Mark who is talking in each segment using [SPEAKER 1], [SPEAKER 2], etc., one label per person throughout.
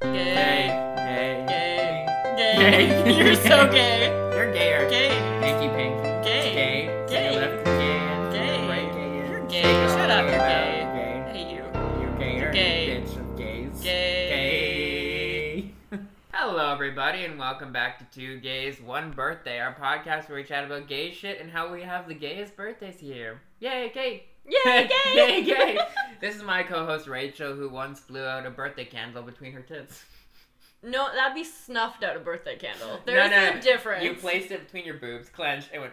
[SPEAKER 1] gay. You're so gay.
[SPEAKER 2] You're gayer.
[SPEAKER 1] Gay.
[SPEAKER 2] Pinky pink.
[SPEAKER 1] Gay.
[SPEAKER 2] Gay. To
[SPEAKER 1] Gay.
[SPEAKER 2] your left, gay.
[SPEAKER 1] Gay.
[SPEAKER 2] Right, gay.
[SPEAKER 1] You're gay.
[SPEAKER 2] Take it
[SPEAKER 1] Shut
[SPEAKER 2] all
[SPEAKER 1] up,
[SPEAKER 2] the
[SPEAKER 1] you're gay.
[SPEAKER 2] way around,
[SPEAKER 1] I
[SPEAKER 2] Gay.
[SPEAKER 1] hate you.
[SPEAKER 2] You're gayer.
[SPEAKER 1] Gay.
[SPEAKER 2] Bitch of gays.
[SPEAKER 1] Gay.
[SPEAKER 2] Gay. Hello, everybody, and welcome back to Two Gays, One Birthday, our podcast where we chat about gay shit and how we have the gayest birthdays here. Yay, gay!
[SPEAKER 1] Yay,
[SPEAKER 2] yay,
[SPEAKER 1] gay.
[SPEAKER 2] gay! This is my co-host Rachel, who once blew out a birthday candle between her tits.
[SPEAKER 1] No, that'd be snuffed out a birthday candle.
[SPEAKER 2] No,
[SPEAKER 1] There's
[SPEAKER 2] no,
[SPEAKER 1] a difference.
[SPEAKER 2] You placed it between your boobs, clenched, and went.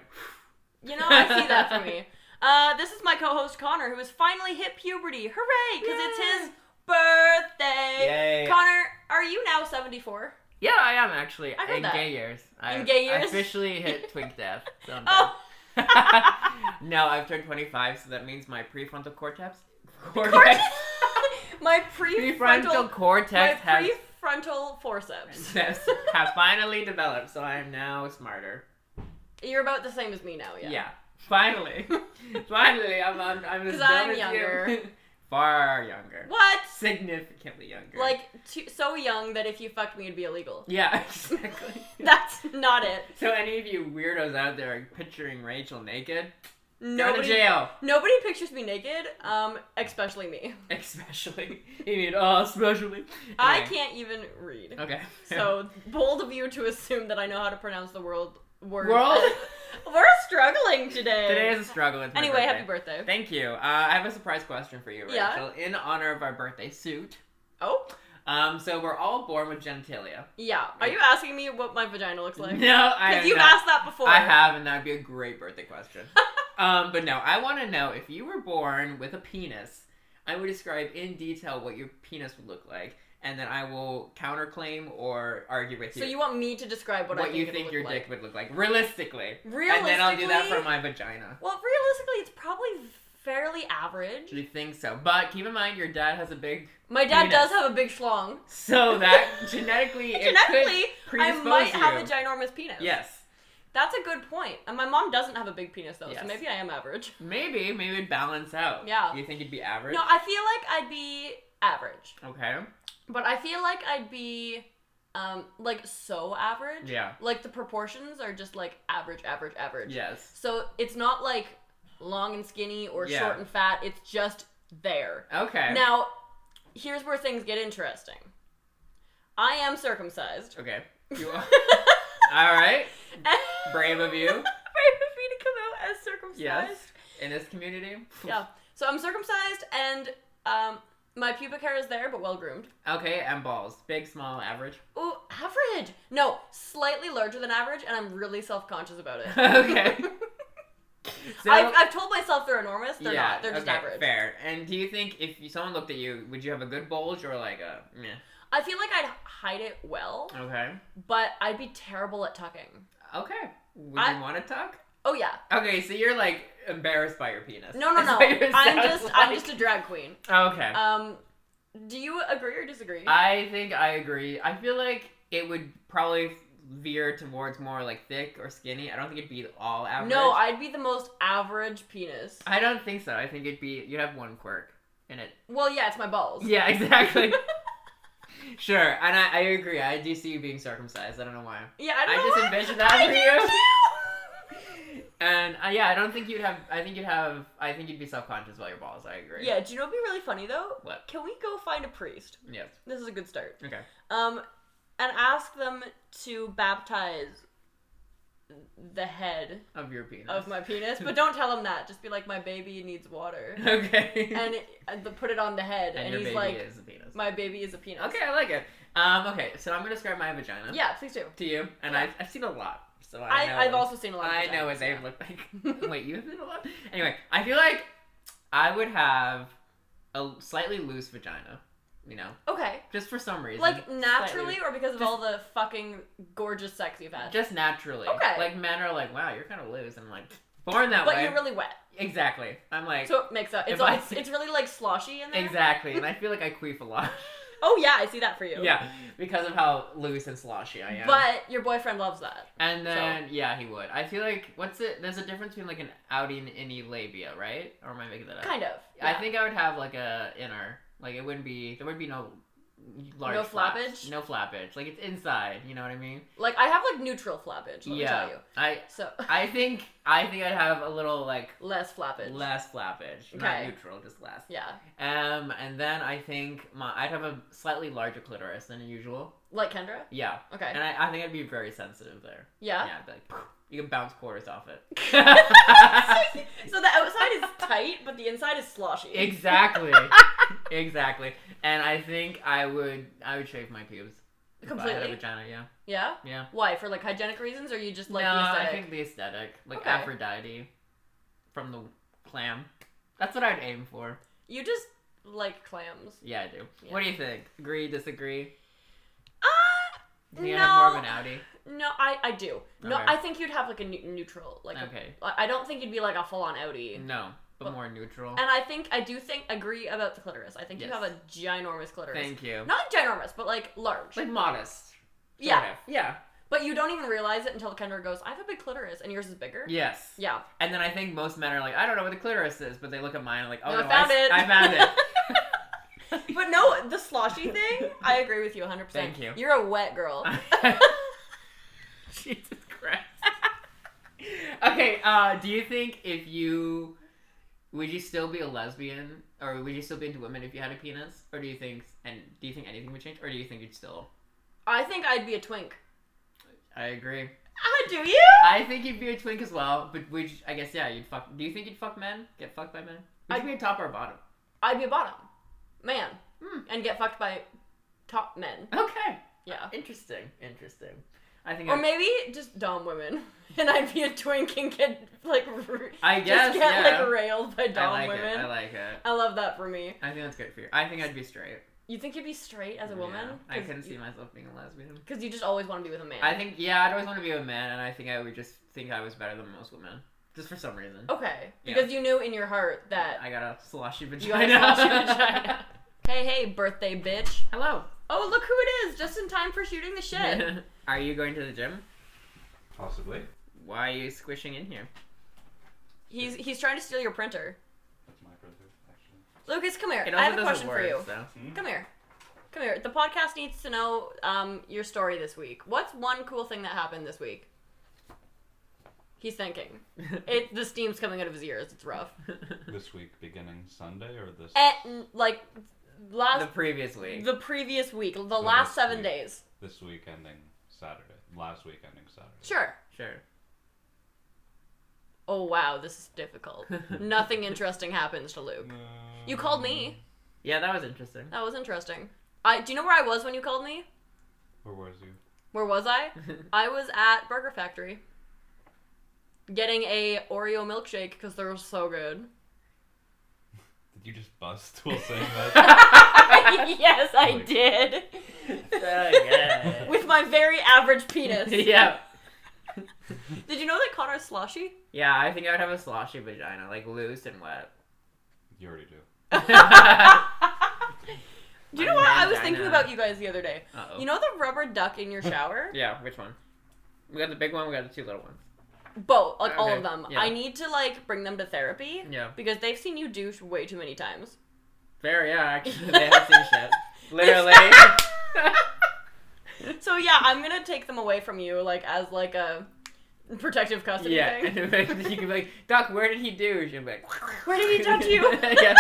[SPEAKER 1] You know, I see that for me. Uh, this is my co-host Connor, who has finally hit puberty. Hooray! Because it's his birthday.
[SPEAKER 2] Yay!
[SPEAKER 1] Connor, are you now 74?
[SPEAKER 2] yeah, I am actually.
[SPEAKER 1] I heard
[SPEAKER 2] in
[SPEAKER 1] that.
[SPEAKER 2] gay years. I,
[SPEAKER 1] In gay
[SPEAKER 2] I
[SPEAKER 1] years?
[SPEAKER 2] officially hit twig death. sometime.
[SPEAKER 1] Oh,
[SPEAKER 2] no, I've turned 25, so that means my prefrontal cortex.
[SPEAKER 1] cortex. my prefrontal,
[SPEAKER 2] Prefrontal cortex
[SPEAKER 1] my
[SPEAKER 2] has,
[SPEAKER 1] prefrontal forceps.
[SPEAKER 2] has have finally developed, so I am now smarter.
[SPEAKER 1] You're about the same as me now,
[SPEAKER 2] Yeah,
[SPEAKER 1] yeah.
[SPEAKER 2] finally, finally, I'm I'm, I'm as
[SPEAKER 1] 'Cause
[SPEAKER 2] dumb
[SPEAKER 1] I'm
[SPEAKER 2] as you.
[SPEAKER 1] younger.
[SPEAKER 2] far younger,
[SPEAKER 1] What?
[SPEAKER 2] significantly younger.
[SPEAKER 1] Like too, so young that if you fucked me, it'd be illegal.
[SPEAKER 2] yeah, exactly.
[SPEAKER 1] That's not it.
[SPEAKER 2] so any of you weirdos out there picturing Rachel naked, go to
[SPEAKER 1] Nobody,
[SPEAKER 2] jail.
[SPEAKER 1] nobody pictures me naked, um, especially me.
[SPEAKER 2] Especially, you need all especially.
[SPEAKER 1] I
[SPEAKER 2] Anyway.
[SPEAKER 1] can't even read.
[SPEAKER 2] Okay.
[SPEAKER 1] So bold of you to assume that I know how to pronounce the world word.
[SPEAKER 2] World?
[SPEAKER 1] We're struggling today.
[SPEAKER 2] Today is a struggle. It's my
[SPEAKER 1] anyway,
[SPEAKER 2] birthday.
[SPEAKER 1] happy birthday.
[SPEAKER 2] Thank you. Uh, I have a surprise question for you, Rachel.
[SPEAKER 1] Yeah.
[SPEAKER 2] In honor of our birthday suit.
[SPEAKER 1] oh,
[SPEAKER 2] Um, so we're all born with genitalia.
[SPEAKER 1] yeah. Are you asking me what my vagina looks like?
[SPEAKER 2] no, I have
[SPEAKER 1] Because you've
[SPEAKER 2] not.
[SPEAKER 1] asked that before.
[SPEAKER 2] I have, and that'd be a great birthday question. um, but no, I want to know if you were born with a penis. I would describe in detail what your penis would look like, and then I will counterclaim or argue with you.
[SPEAKER 1] So you want me to describe what,
[SPEAKER 2] what,
[SPEAKER 1] I think
[SPEAKER 2] you
[SPEAKER 1] it'll
[SPEAKER 2] think
[SPEAKER 1] look
[SPEAKER 2] your
[SPEAKER 1] like.
[SPEAKER 2] dick would look like realistically,
[SPEAKER 1] Realistically,
[SPEAKER 2] and then I'll do that for my vagina.
[SPEAKER 1] Well, realistically, it's probably fairly average.
[SPEAKER 2] You think so? But keep in mind, your dad has a big
[SPEAKER 1] My dad
[SPEAKER 2] Penis.
[SPEAKER 1] does have a big schlong.
[SPEAKER 2] So that genetically, it
[SPEAKER 1] Genetically,
[SPEAKER 2] could
[SPEAKER 1] I
[SPEAKER 2] predispose
[SPEAKER 1] might
[SPEAKER 2] you.
[SPEAKER 1] have a ginormous penis.
[SPEAKER 2] Yes,
[SPEAKER 1] That's a good point. And my mom doesn't have a big penis though,
[SPEAKER 2] Yes.
[SPEAKER 1] so maybe I am average.
[SPEAKER 2] maybe maybe it'd balance out.
[SPEAKER 1] Yeah.
[SPEAKER 2] you think it'd be average?
[SPEAKER 1] No, I feel like I'd be average.
[SPEAKER 2] okay.
[SPEAKER 1] But I feel like I'd be um like so average.
[SPEAKER 2] Yeah.
[SPEAKER 1] Like the proportions are just like average, average, average.
[SPEAKER 2] Yes.
[SPEAKER 1] So it's not like long and skinny or
[SPEAKER 2] Yeah.
[SPEAKER 1] short and fat. It's just there.
[SPEAKER 2] Okay.
[SPEAKER 1] Now, here's where things get interesting. I am circumcised.
[SPEAKER 2] okay. You are. All right. Brave of you.
[SPEAKER 1] Brave of me to come out as circumcised.
[SPEAKER 2] Yes. In this community.
[SPEAKER 1] Yeah. So I'm circumcised and um my pubic hair is there but well groomed.
[SPEAKER 2] Okay, and balls. Big, small, average.
[SPEAKER 1] Ooh, average. No, slightly larger than average, and I'm really self conscious about it.
[SPEAKER 2] okay. So.
[SPEAKER 1] I've, I've told myself they're enormous. They're
[SPEAKER 2] yeah,
[SPEAKER 1] not. They're just
[SPEAKER 2] okay,
[SPEAKER 1] average.
[SPEAKER 2] Fair. And do you think if you, someone looked at you, would you have a good bulge or like a meh?
[SPEAKER 1] I feel like I'd hide it well,
[SPEAKER 2] Okay.
[SPEAKER 1] but I'd be terrible at tucking.
[SPEAKER 2] Okay. Would
[SPEAKER 1] I-
[SPEAKER 2] you want to talk?
[SPEAKER 1] Oh yeah.
[SPEAKER 2] Okay, so you're like embarrassed by your penis.
[SPEAKER 1] No, no,
[SPEAKER 2] Is
[SPEAKER 1] no.
[SPEAKER 2] what it
[SPEAKER 1] I'm
[SPEAKER 2] sounds
[SPEAKER 1] just, I'm
[SPEAKER 2] like.
[SPEAKER 1] just a drag queen.
[SPEAKER 2] Okay.
[SPEAKER 1] Um, do you agree or disagree?
[SPEAKER 2] I think I agree. I feel like it would probably veer towards more like thick or skinny. I don't think it'd be all average.
[SPEAKER 1] no, I'd be the most average penis.
[SPEAKER 2] I don't think so. I think it'd be you'd have one quirk in it.
[SPEAKER 1] Well, yeah, it's my balls.
[SPEAKER 2] Yeah, exactly. sure, and I, I agree. I do see you being circumcised. I don't know why.
[SPEAKER 1] Yeah, I don't
[SPEAKER 2] I
[SPEAKER 1] know
[SPEAKER 2] just
[SPEAKER 1] why.
[SPEAKER 2] envisioned that
[SPEAKER 1] I
[SPEAKER 2] for
[SPEAKER 1] did
[SPEAKER 2] you.
[SPEAKER 1] too.
[SPEAKER 2] And uh, yeah, I don't think you'd have. I think you'd have. I think you'd be self conscious about your balls. I agree.
[SPEAKER 1] Yeah, do you know what'd be really funny though?
[SPEAKER 2] What?
[SPEAKER 1] Can we go find a priest?
[SPEAKER 2] Yes.
[SPEAKER 1] This is a good start.
[SPEAKER 2] Okay.
[SPEAKER 1] Um, and ask them to baptize the head
[SPEAKER 2] Of your penis.
[SPEAKER 1] of my penis, but don't tell him that. Just be like, my baby needs water,
[SPEAKER 2] Okay.
[SPEAKER 1] and, it, and the- put it on the head,
[SPEAKER 2] and
[SPEAKER 1] and,
[SPEAKER 2] your
[SPEAKER 1] he's
[SPEAKER 2] baby
[SPEAKER 1] like,
[SPEAKER 2] is a penis.
[SPEAKER 1] my baby is a penis.
[SPEAKER 2] Okay, I like it. Um, okay, so I'm gonna describe my vagina
[SPEAKER 1] Yeah, please do.
[SPEAKER 2] to you, and
[SPEAKER 1] Yeah.
[SPEAKER 2] I've, I've seen a lot, so I,
[SPEAKER 1] I
[SPEAKER 2] know.
[SPEAKER 1] I've also seen a lot. Of
[SPEAKER 2] I know
[SPEAKER 1] vaginas,
[SPEAKER 2] what they
[SPEAKER 1] yeah.
[SPEAKER 2] look like. Wait, you've seen a lot. Anyway, I feel like I would have a slightly loose vagina, you know,
[SPEAKER 1] Okay,
[SPEAKER 2] just for some reason,
[SPEAKER 1] like
[SPEAKER 2] Slightly
[SPEAKER 1] naturally
[SPEAKER 2] loose.
[SPEAKER 1] or because of
[SPEAKER 2] Just-
[SPEAKER 1] all the fucking gorgeous sex you've had,
[SPEAKER 2] just naturally.
[SPEAKER 1] Okay.
[SPEAKER 2] like men are like, wow, you're kind of loose, and I'm like, born that
[SPEAKER 1] but
[SPEAKER 2] way.
[SPEAKER 1] you're really wet,
[SPEAKER 2] exactly. I'm like.
[SPEAKER 1] so it makes up. It's
[SPEAKER 2] If I-
[SPEAKER 1] all, it's, it's really like sloshy in there.
[SPEAKER 2] Exactly, and I feel like I queef a lot.
[SPEAKER 1] Oh yeah, I see that for you.
[SPEAKER 2] yeah, because of how loose and sloshy I am.
[SPEAKER 1] But your boyfriend loves that.
[SPEAKER 2] And
[SPEAKER 1] So-
[SPEAKER 2] then yeah, he would. I feel like what's it? There's a difference between like an outie and innie labia, right? Or am I making that up?
[SPEAKER 1] Kind of.
[SPEAKER 2] I
[SPEAKER 1] yeah.
[SPEAKER 2] think I would have like a inner. Like it wouldn't be there would be no large
[SPEAKER 1] No
[SPEAKER 2] flaps.
[SPEAKER 1] flappage?
[SPEAKER 2] No flappage. Like it's inside. You know what I mean?
[SPEAKER 1] Like I have like neutral flappage. Let me
[SPEAKER 2] yeah.
[SPEAKER 1] tell you.
[SPEAKER 2] I
[SPEAKER 1] So
[SPEAKER 2] I think I think I'd have a little like
[SPEAKER 1] less flappage.
[SPEAKER 2] less flappage, not
[SPEAKER 1] Okay.
[SPEAKER 2] neutral, just less.
[SPEAKER 1] yeah.
[SPEAKER 2] Um, and then I think my I'd have a slightly larger clitoris than usual.
[SPEAKER 1] Like Kendra.
[SPEAKER 2] Yeah,
[SPEAKER 1] Okay.
[SPEAKER 2] and I, I think I'd be very sensitive there.
[SPEAKER 1] yeah.
[SPEAKER 2] Yeah, I'd be like you can bounce quarters off it.
[SPEAKER 1] So the outside is tight, but the inside is sloshy.
[SPEAKER 2] exactly, exactly. And I think I would I would shave my pubes. If I had a
[SPEAKER 1] Completely?
[SPEAKER 2] vagina, yeah.
[SPEAKER 1] yeah.
[SPEAKER 2] Yeah.
[SPEAKER 1] Why? For like hygienic reasons, or you just like
[SPEAKER 2] no,
[SPEAKER 1] the
[SPEAKER 2] I
[SPEAKER 1] aesthetic?
[SPEAKER 2] think the aesthetic, like
[SPEAKER 1] Okay.
[SPEAKER 2] Aphrodite from the clam. That's what I'd aim for.
[SPEAKER 1] You just like clams.
[SPEAKER 2] Yeah, I do.
[SPEAKER 1] Yeah.
[SPEAKER 2] What do you think? Agree, disagree?
[SPEAKER 1] Ah,
[SPEAKER 2] Do you have more of
[SPEAKER 1] No.
[SPEAKER 2] an outie?
[SPEAKER 1] no, I I do. No,
[SPEAKER 2] Okay.
[SPEAKER 1] I think you'd have like a neu- neutral. Like a-
[SPEAKER 2] Okay.
[SPEAKER 1] I I don't think you'd be like a full on outie.
[SPEAKER 2] No, but
[SPEAKER 1] But-
[SPEAKER 2] more neutral.
[SPEAKER 1] And I think I do think agree about the clitoris. I think you
[SPEAKER 2] Yes.
[SPEAKER 1] have a ginormous clitoris.
[SPEAKER 2] Thank you.
[SPEAKER 1] Not ginormous, but like large.
[SPEAKER 2] Like modest. sort
[SPEAKER 1] yeah.
[SPEAKER 2] of. Yeah.
[SPEAKER 1] But you don't even realize it until Kendra goes, I have a big clitoris and yours is bigger.
[SPEAKER 2] Yes.
[SPEAKER 1] Yeah.
[SPEAKER 2] And then I think most men are like, I don't know what the clitoris is, but they look at mine and like, oh,
[SPEAKER 1] No, I
[SPEAKER 2] no,
[SPEAKER 1] found
[SPEAKER 2] I,
[SPEAKER 1] it.
[SPEAKER 2] s- I found it.
[SPEAKER 1] But no, the sloshy thing, I agree with you 100%.
[SPEAKER 2] Thank you.
[SPEAKER 1] You're a wet girl.
[SPEAKER 2] Jesus Christ. okay, uh, do you think if you would you still be a lesbian or would you still be into women if you had a penis? Or do you think and do you think anything would change? Or do you think you'd still
[SPEAKER 1] I think I'd be a twink.
[SPEAKER 2] I agree.
[SPEAKER 1] Ah, do you?
[SPEAKER 2] I think you'd be a twink as well, but would you, I guess yeah, you'd fuck do you think you'd fuck men? Get fucked by men? Would
[SPEAKER 1] I-
[SPEAKER 2] you be a top or a bottom?
[SPEAKER 1] I'd be a bottom. Man.
[SPEAKER 2] Hmm.
[SPEAKER 1] And get fucked by top men.
[SPEAKER 2] Okay.
[SPEAKER 1] Yeah.
[SPEAKER 2] Interesting. Interesting. I think
[SPEAKER 1] Or
[SPEAKER 2] I-
[SPEAKER 1] maybe just dumb women. And I'd be a twink and get like r-
[SPEAKER 2] I guess
[SPEAKER 1] just get
[SPEAKER 2] yeah.
[SPEAKER 1] like railed by
[SPEAKER 2] I
[SPEAKER 1] dumb
[SPEAKER 2] like
[SPEAKER 1] women.
[SPEAKER 2] it. I like it.
[SPEAKER 1] I love that for me.
[SPEAKER 2] I think that's good for you. I think I'd be straight.
[SPEAKER 1] You think you'd be straight as a woman?
[SPEAKER 2] Yeah. I couldn't see myself being a lesbian.
[SPEAKER 1] Because you just always want to be with a man.
[SPEAKER 2] I think yeah, I'd always want to be a man, and I think I would just think I was better than most women, just for some reason.
[SPEAKER 1] okay.
[SPEAKER 2] Yeah.
[SPEAKER 1] Because you knew in your heart that,
[SPEAKER 2] I got a sloshy
[SPEAKER 1] Oh, You got a
[SPEAKER 2] vagina.
[SPEAKER 1] sloshy vagina. hey, hey, birthday bitch.
[SPEAKER 2] Hello.
[SPEAKER 1] Oh, look who it is, just in time for shooting the shit.
[SPEAKER 2] are you going to the gym?
[SPEAKER 3] Possibly.
[SPEAKER 2] Why are you squishing in here?
[SPEAKER 1] he's he's trying to steal your printer.
[SPEAKER 3] That's my brother, actually.
[SPEAKER 1] Lucas, come here.
[SPEAKER 2] It also
[SPEAKER 1] I have a
[SPEAKER 2] doesn't
[SPEAKER 1] question
[SPEAKER 2] work,
[SPEAKER 1] for you.
[SPEAKER 2] so.
[SPEAKER 3] Hmm?
[SPEAKER 1] Come here. Come here. The podcast needs to know um, your story this week. What's one cool thing that happened this week? He's thinking. It the steam's coming out of his ears. It's rough.
[SPEAKER 3] This week beginning Sunday or this
[SPEAKER 1] And like
[SPEAKER 2] the
[SPEAKER 1] last
[SPEAKER 2] previous
[SPEAKER 1] the,
[SPEAKER 2] week.
[SPEAKER 1] previous week, the last
[SPEAKER 3] this
[SPEAKER 1] seven
[SPEAKER 3] week.
[SPEAKER 1] days.
[SPEAKER 3] this week ending Saturday. Last week ending Saturday.
[SPEAKER 1] Sure.
[SPEAKER 2] Sure.
[SPEAKER 1] Oh wow, this is difficult. Nothing interesting happens to Luke.
[SPEAKER 3] Uh,
[SPEAKER 1] You called me.
[SPEAKER 2] Yeah, that was interesting.
[SPEAKER 1] That was interesting. I do you know where I was when you called me?
[SPEAKER 3] Where was you?
[SPEAKER 1] Where was I? I was at Burger Factory getting a Oreo milkshake because they're so good.
[SPEAKER 3] Did you just bust while saying that?
[SPEAKER 1] yes, I
[SPEAKER 3] Like-
[SPEAKER 1] did.
[SPEAKER 2] so good.
[SPEAKER 1] With my very average penis.
[SPEAKER 2] yeah.
[SPEAKER 1] Did you know that Connor's sloshy?
[SPEAKER 2] Yeah, I think I would have a sloshy vagina, like loose and wet.
[SPEAKER 3] you already do.
[SPEAKER 1] Do you know
[SPEAKER 2] My
[SPEAKER 1] what? I was
[SPEAKER 2] vagina.
[SPEAKER 1] thinking about you guys the other day.
[SPEAKER 2] Uh-oh.
[SPEAKER 1] You know the rubber duck in your shower?
[SPEAKER 2] Yeah, which one? We got the big one. We got the two little ones.
[SPEAKER 1] Both, like all
[SPEAKER 2] Okay,
[SPEAKER 1] of them.
[SPEAKER 2] yeah.
[SPEAKER 1] I need to like bring them to therapy
[SPEAKER 2] Yeah.
[SPEAKER 1] because they've seen you douche way too many times.
[SPEAKER 2] Fair, yeah. Actually, they have seen shit. Literally.
[SPEAKER 1] So yeah, I'm gonna take them away from you, like as like a protective custody
[SPEAKER 2] yeah.
[SPEAKER 1] thing.
[SPEAKER 2] And then you can be like, Doc, where did he douche? And be like,
[SPEAKER 1] Where did he touch you?
[SPEAKER 2] yeah.
[SPEAKER 1] You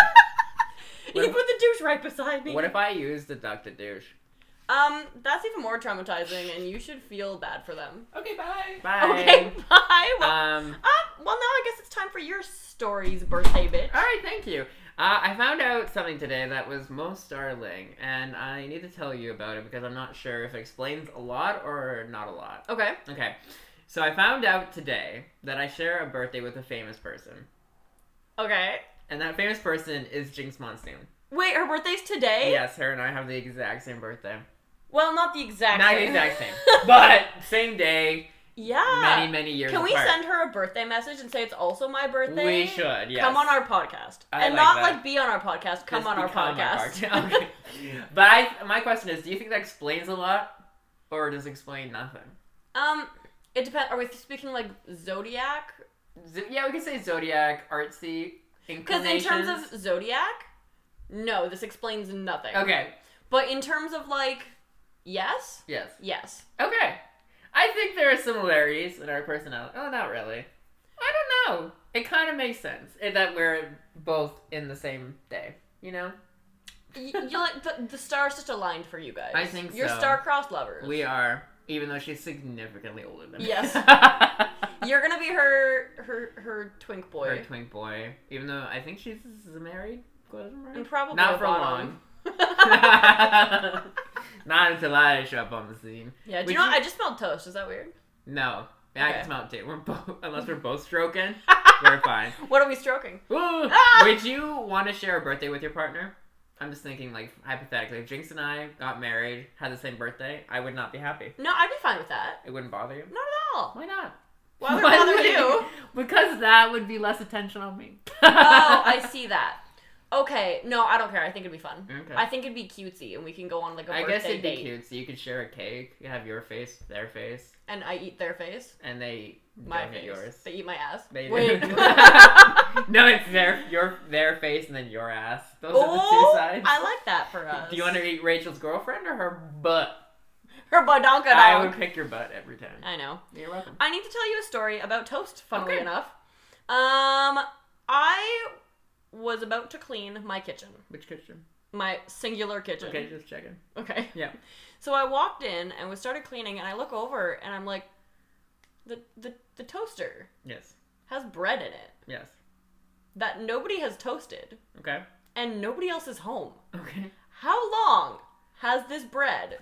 [SPEAKER 2] What if-
[SPEAKER 1] put the douche right beside me.
[SPEAKER 2] What if I use the duck to douche?
[SPEAKER 1] um, that's even more traumatizing, and you should feel bad for them.
[SPEAKER 2] Okay, bye. Bye.
[SPEAKER 1] Okay, bye. Well,
[SPEAKER 2] Um.
[SPEAKER 1] uh, well, now I guess it's time for your stories, birthday bitch.
[SPEAKER 2] All right, thank you. Uh, I found out something today that was most startling, and I need to tell you about it because I'm not sure if it explains a lot or not a lot.
[SPEAKER 1] Okay.
[SPEAKER 2] Okay. So I found out today that I share a birthday with a famous person.
[SPEAKER 1] Okay.
[SPEAKER 2] And that famous person is Jinx Monsoon.
[SPEAKER 1] Wait, her birthday's today.
[SPEAKER 2] Yes, her and I have the exact same birthday.
[SPEAKER 1] Well, not the exact.
[SPEAKER 2] Not the
[SPEAKER 1] same.
[SPEAKER 2] exact same, but same day,
[SPEAKER 1] yeah.
[SPEAKER 2] many, many years
[SPEAKER 1] Ah, Can we
[SPEAKER 2] apart.
[SPEAKER 1] send her a birthday message and say it's also my birthday?
[SPEAKER 2] We should, yes.
[SPEAKER 1] Come on our podcast,
[SPEAKER 2] I
[SPEAKER 1] and
[SPEAKER 2] like
[SPEAKER 1] not
[SPEAKER 2] that.
[SPEAKER 1] like be on our podcast. Come
[SPEAKER 2] Just
[SPEAKER 1] on our
[SPEAKER 2] become
[SPEAKER 1] podcast.
[SPEAKER 2] okay. But I, my question is, do you think that explains a lot, or does it explain nothing?
[SPEAKER 1] um, it depends. Are we speaking like zodiac?
[SPEAKER 2] Z- yeah, we could say zodiac, artsy,
[SPEAKER 1] Because in
[SPEAKER 2] inclinations.
[SPEAKER 1] terms of zodiac, no, this explains nothing.
[SPEAKER 2] okay,
[SPEAKER 1] But in terms of like, yes,
[SPEAKER 2] Yes.
[SPEAKER 1] yes.
[SPEAKER 2] Okay. I think there are similarities in our personality. Oh, not really. I don't know. It kind of makes sense eh, that we're both in the same day. You know,
[SPEAKER 1] Y- you like the, the stars just aligned for you guys.
[SPEAKER 2] I think
[SPEAKER 1] you're
[SPEAKER 2] so.
[SPEAKER 1] star-crossed lovers.
[SPEAKER 2] we are. Even though she's significantly older than me.
[SPEAKER 1] Yes. You're gonna be her her her twink boy.
[SPEAKER 2] Her twink boy. Even though I think she's married. Wasn't married?
[SPEAKER 1] And probably
[SPEAKER 2] not
[SPEAKER 1] a
[SPEAKER 2] for
[SPEAKER 1] bottom.
[SPEAKER 2] long. not until I show up on the scene.
[SPEAKER 1] yeah. Do
[SPEAKER 2] Would
[SPEAKER 1] you know? what?
[SPEAKER 2] you-
[SPEAKER 1] I just smelled toast. Is that weird?
[SPEAKER 2] No, I
[SPEAKER 1] Okay.
[SPEAKER 2] can smell it. too. We're both unless we're both stroking, we're fine.
[SPEAKER 1] What are we stroking?
[SPEAKER 2] Ooh.
[SPEAKER 1] Ah!
[SPEAKER 2] Would you want to share a birthday with your partner? I'm just thinking, like hypothetically, if Jinx and I got married, had the same birthday, I would not be happy.
[SPEAKER 1] No, I'd be fine with that.
[SPEAKER 2] It wouldn't bother you.
[SPEAKER 1] Not at all.
[SPEAKER 2] Why not?
[SPEAKER 1] Why would it bother
[SPEAKER 2] would
[SPEAKER 1] you?
[SPEAKER 2] it? Because that would be less attention on me.
[SPEAKER 1] oh, I see that. Okay, no, I don't care. I think it'd be fun.
[SPEAKER 2] Okay.
[SPEAKER 1] I think it'd be cutesy, and we can go on like a
[SPEAKER 2] I
[SPEAKER 1] birthday
[SPEAKER 2] guess it'd be
[SPEAKER 1] date,
[SPEAKER 2] cute. So you could share a cake. You have your face, their face,
[SPEAKER 1] and I eat their face,
[SPEAKER 2] and they
[SPEAKER 1] my
[SPEAKER 2] don't eat
[SPEAKER 1] face.
[SPEAKER 2] yours.
[SPEAKER 1] They eat my ass.
[SPEAKER 2] They
[SPEAKER 1] Wait.
[SPEAKER 2] do. no, it's their your their face and then your ass. Those
[SPEAKER 1] oh,
[SPEAKER 2] are the two sides.
[SPEAKER 1] I like that for us.
[SPEAKER 2] Do you want to eat Rachel's girlfriend or her butt?
[SPEAKER 1] her badonka
[SPEAKER 2] I
[SPEAKER 1] dog?
[SPEAKER 2] would pick your butt every time.
[SPEAKER 1] I know.
[SPEAKER 2] You're welcome.
[SPEAKER 1] Uh, I need to tell you a story about toast. Funnily
[SPEAKER 2] Okay.
[SPEAKER 1] enough, um, I was about to clean my kitchen,
[SPEAKER 2] Which kitchen?
[SPEAKER 1] my singular kitchen.
[SPEAKER 2] Okay, just checking.
[SPEAKER 1] Okay.
[SPEAKER 2] Yeah.
[SPEAKER 1] So I walked in and we started cleaning, and I look over and I'm like, the the, the toaster
[SPEAKER 2] Yes.
[SPEAKER 1] has bread in it
[SPEAKER 2] Yes.
[SPEAKER 1] that nobody has toasted,
[SPEAKER 2] Okay.
[SPEAKER 1] and nobody else is home.
[SPEAKER 2] Okay.
[SPEAKER 1] How long has this bread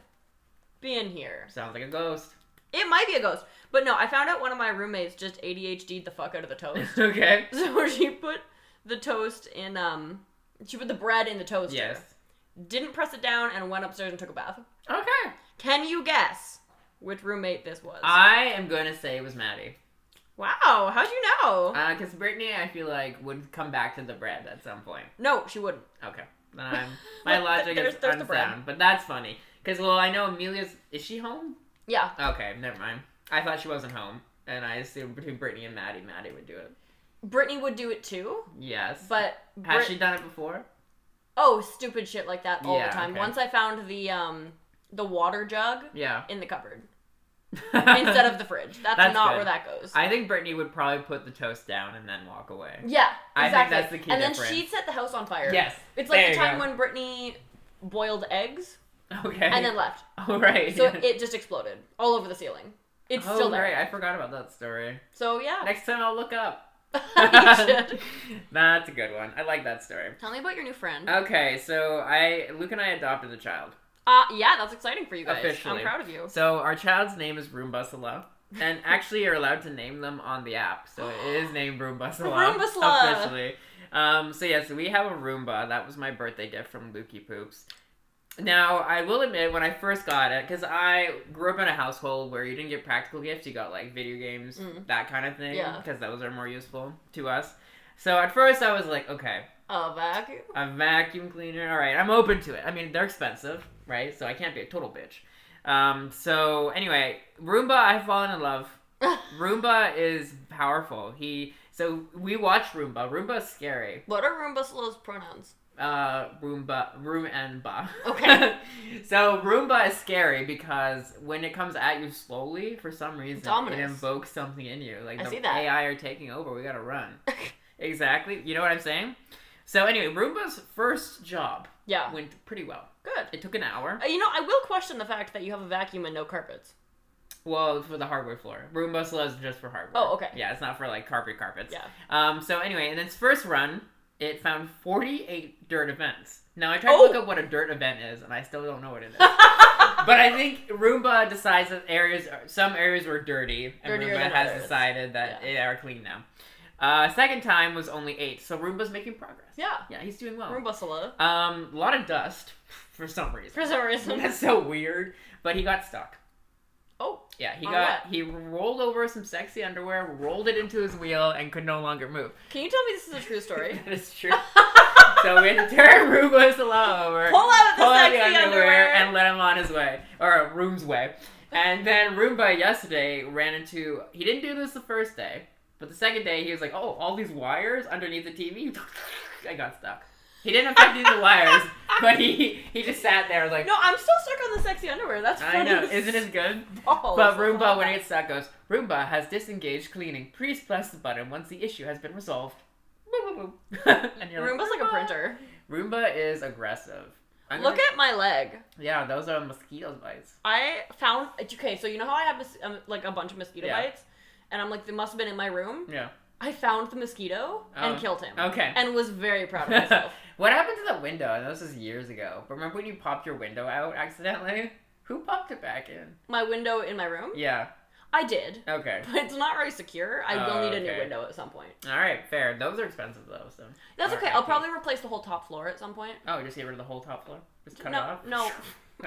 [SPEAKER 1] been here?
[SPEAKER 2] Sounds like a ghost.
[SPEAKER 1] It might be a ghost, but no. I found out one of my roommates just ADHD'd the fuck out of the toast.
[SPEAKER 2] okay.
[SPEAKER 1] So she put the toast in um she put the bread in the toaster.
[SPEAKER 2] Yes.
[SPEAKER 1] Didn't press it down and went upstairs and took a bath.
[SPEAKER 2] Okay.
[SPEAKER 1] Can you guess which roommate this was?
[SPEAKER 2] I am gonna say it was Maddie.
[SPEAKER 1] wow, how'd you know?
[SPEAKER 2] Uh, cause Brittany, I feel like would come back to the bread at some point.
[SPEAKER 1] no, she wouldn't.
[SPEAKER 2] Okay. Then I'm, my logic
[SPEAKER 1] There's-
[SPEAKER 2] is
[SPEAKER 1] there's the bread.
[SPEAKER 2] unsound, but that's funny. Cause well, I know Amelia's. Is she home?
[SPEAKER 1] Yeah.
[SPEAKER 2] Okay, never mind. I thought she wasn't home, and I assumed between Brittany and Maddie, Maddie would do it.
[SPEAKER 1] Brittany would do it too,
[SPEAKER 2] Yes.
[SPEAKER 1] but
[SPEAKER 2] has
[SPEAKER 1] Brit-
[SPEAKER 2] she done it before?
[SPEAKER 1] Oh, stupid shit like that all
[SPEAKER 2] Yeah,
[SPEAKER 1] the time.
[SPEAKER 2] okay.
[SPEAKER 1] Once I found the um the water jug
[SPEAKER 2] Yeah.
[SPEAKER 1] in the cupboard instead of the fridge. That's,
[SPEAKER 2] That's
[SPEAKER 1] not
[SPEAKER 2] good.
[SPEAKER 1] where that goes.
[SPEAKER 2] I think Brittany would probably put the toast down and then walk away.
[SPEAKER 1] yeah,
[SPEAKER 2] I think
[SPEAKER 1] exactly.
[SPEAKER 2] that's the key
[SPEAKER 1] and then
[SPEAKER 2] difference.
[SPEAKER 1] she set the house on fire.
[SPEAKER 2] Yes.
[SPEAKER 1] It's like
[SPEAKER 2] There
[SPEAKER 1] the
[SPEAKER 2] you
[SPEAKER 1] time
[SPEAKER 2] go.
[SPEAKER 1] when Brittany boiled eggs
[SPEAKER 2] Okay.
[SPEAKER 1] and then left.
[SPEAKER 2] all right.
[SPEAKER 1] So it just exploded all over the ceiling. It's
[SPEAKER 2] oh,
[SPEAKER 1] still there.
[SPEAKER 2] right. I forgot about that story.
[SPEAKER 1] So yeah.
[SPEAKER 2] Next time I'll look up.
[SPEAKER 1] You should.
[SPEAKER 2] That's a good one. I like that story.
[SPEAKER 1] Tell me about your new friend.
[SPEAKER 2] Okay, so I Luke and I adopted a child.
[SPEAKER 1] Uh, yeah, that's exciting for you guys.
[SPEAKER 2] Officially.
[SPEAKER 1] I'm proud of you.
[SPEAKER 2] So our child's name is Room Busala. And actually you're allowed to name them on the app. So it is named Room Busala.
[SPEAKER 1] Room Busala.
[SPEAKER 2] Officially. Um, so yes, we have a Roomba. That was my birthday gift from Lukey Poops. Now, I will admit, when I first got it, because I grew up in a household where you didn't get practical gifts, you got like video games,
[SPEAKER 1] Mm.
[SPEAKER 2] that kind of thing,
[SPEAKER 1] Yeah.
[SPEAKER 2] because those are more useful to us. So at first I was like, okay, Oh,
[SPEAKER 1] A vacuum.
[SPEAKER 2] a vacuum cleaner. All right, I'm open to it. I mean, they're expensive, right? So I can't be a total bitch. Um, so anyway, Roomba, I've fallen in love. Roomba is powerful. He so we watch Roomba. Roomba's scary.
[SPEAKER 1] What are Roomba Slow's pronouns?
[SPEAKER 2] Uh, Roomba, room and ba.
[SPEAKER 1] Okay.
[SPEAKER 2] so Roomba is scary because when it comes at you slowly, for some reason, it
[SPEAKER 1] Dominance.
[SPEAKER 2] invokes something in you. Like
[SPEAKER 1] I
[SPEAKER 2] the
[SPEAKER 1] see that.
[SPEAKER 2] AI are taking over. We gotta run. exactly. You know what I'm saying? So anyway, Roomba's first job
[SPEAKER 1] Yeah.
[SPEAKER 2] went pretty well.
[SPEAKER 1] Good.
[SPEAKER 2] It took an hour.
[SPEAKER 1] Uh, you know, I will question the fact that you have a vacuum and no carpets.
[SPEAKER 2] Well, for the hardwood floor. Roomba slows just for hardwood.
[SPEAKER 1] Oh, okay.
[SPEAKER 2] Yeah, it's not for like carpet carpets.
[SPEAKER 1] Yeah.
[SPEAKER 2] Um. So anyway, in its first run, it found 48 dirt events. Now I tried
[SPEAKER 1] Oh!
[SPEAKER 2] to look up what a dirt event is, and I still don't know what it is. but I think Roomba decides that areas, are, some areas were dirty, and
[SPEAKER 1] Dirtier
[SPEAKER 2] Roomba
[SPEAKER 1] than
[SPEAKER 2] has
[SPEAKER 1] others.
[SPEAKER 2] decided that they are clean now. Uh, second time was only eight, so Roomba's making progress.
[SPEAKER 1] Yeah.
[SPEAKER 2] Yeah, he's doing well.
[SPEAKER 1] Roomba Slow.
[SPEAKER 2] Um, a lot of dust for some reason.
[SPEAKER 1] For some reason.
[SPEAKER 2] That's so weird. But he got stuck.
[SPEAKER 1] Oh.
[SPEAKER 2] Yeah, he
[SPEAKER 1] On
[SPEAKER 2] got he rolled over some sexy underwear, rolled it into his wheel, and could no longer move.
[SPEAKER 1] Can you tell me this is a true story?
[SPEAKER 2] that is true. so we had to turn Roomba's law over,
[SPEAKER 1] Pull out the
[SPEAKER 2] pull out
[SPEAKER 1] sexy underwear.
[SPEAKER 2] and let him on his way or Room's way. And then Roomba yesterday ran into. He didn't do this the first day, but the second day he was like, "Oh, all these wires underneath the TV." I got stuck. He didn't affect any of the wires, but he he just sat there like.
[SPEAKER 1] No, I'm still stuck on the sexy underwear. That's funny.
[SPEAKER 2] I know,
[SPEAKER 1] as
[SPEAKER 2] isn't it good?
[SPEAKER 1] balls.
[SPEAKER 2] But Roomba, when it gets stuck, goes, Roomba has disengaged cleaning. Please press the button once the issue has been resolved. Boop, boop, boop. and you're
[SPEAKER 1] Roomba's like a printer.
[SPEAKER 2] Roomba is aggressive. I'm
[SPEAKER 1] Look
[SPEAKER 2] gonna-
[SPEAKER 1] at my leg.
[SPEAKER 2] Yeah, those are mosquito bites.
[SPEAKER 1] I found okay, so you know how I have mos- um, like a bunch of mosquito
[SPEAKER 2] Yeah.
[SPEAKER 1] bites, and I'm like, they must have been in my room.
[SPEAKER 2] Yeah.
[SPEAKER 1] I found the mosquito and
[SPEAKER 2] Oh,
[SPEAKER 1] killed him.
[SPEAKER 2] okay.
[SPEAKER 1] and was very proud of myself.
[SPEAKER 2] what happened to the window? I know this is years ago, but remember when you popped your window out accidentally? Who popped it back in?
[SPEAKER 1] my window in my room.
[SPEAKER 2] Yeah.
[SPEAKER 1] I did,
[SPEAKER 2] Okay.
[SPEAKER 1] but it's not very secure. I will
[SPEAKER 2] Oh,
[SPEAKER 1] need a new
[SPEAKER 2] okay.
[SPEAKER 1] window at some point.
[SPEAKER 2] All right. Fair. Those are expensive though. So.
[SPEAKER 1] That's
[SPEAKER 2] All
[SPEAKER 1] okay.
[SPEAKER 2] right,
[SPEAKER 1] I'll
[SPEAKER 2] okay.
[SPEAKER 1] probably replace the whole top floor at some point.
[SPEAKER 2] Oh, just get rid of the whole top floor. Just cut
[SPEAKER 1] no,
[SPEAKER 2] it off.
[SPEAKER 1] no,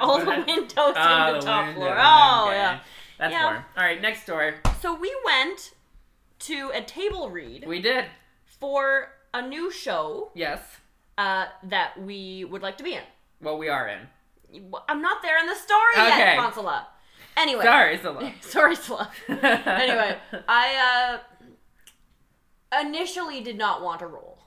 [SPEAKER 1] all the windows in the
[SPEAKER 2] Ah,
[SPEAKER 1] top
[SPEAKER 2] window,
[SPEAKER 1] floor.
[SPEAKER 2] okay.
[SPEAKER 1] Oh yeah.
[SPEAKER 2] That's
[SPEAKER 1] Yeah.
[SPEAKER 2] warm. All right. Next story.
[SPEAKER 1] So we went to a table read
[SPEAKER 2] We did.
[SPEAKER 1] for a new show
[SPEAKER 2] Yes.
[SPEAKER 1] uh, that we would like to be in.
[SPEAKER 2] Well, we are in.
[SPEAKER 1] I'm not there in the story
[SPEAKER 2] Okay.
[SPEAKER 1] yet, Consola. Anyway,
[SPEAKER 2] Sorry, it's a lot.
[SPEAKER 1] sorry, Sla. anyway, I uh, initially did not want to roll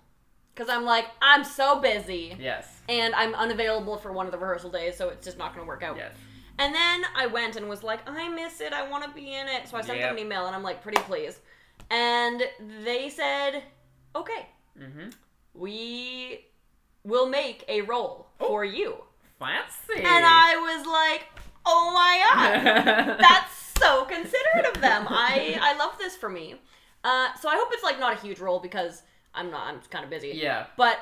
[SPEAKER 1] because I'm like, I'm so busy
[SPEAKER 2] Yes.
[SPEAKER 1] and I'm unavailable for one of the rehearsal days, so it's just not going to work out.
[SPEAKER 2] Yes.
[SPEAKER 1] And then I went and was like, I miss it. I want to be in it. So I sent
[SPEAKER 2] Yep.
[SPEAKER 1] them an email and I'm like, pretty please. And they said, okay,
[SPEAKER 2] Mm-hmm.
[SPEAKER 1] we will make a roll
[SPEAKER 2] Oh.
[SPEAKER 1] for you.
[SPEAKER 2] Fancy.
[SPEAKER 1] And I was like, oh my God. That's so considerate of them. I I love this for me. Uh, so I hope it's like not a huge role because I'm not. I'm kind of busy.
[SPEAKER 2] yeah.
[SPEAKER 1] But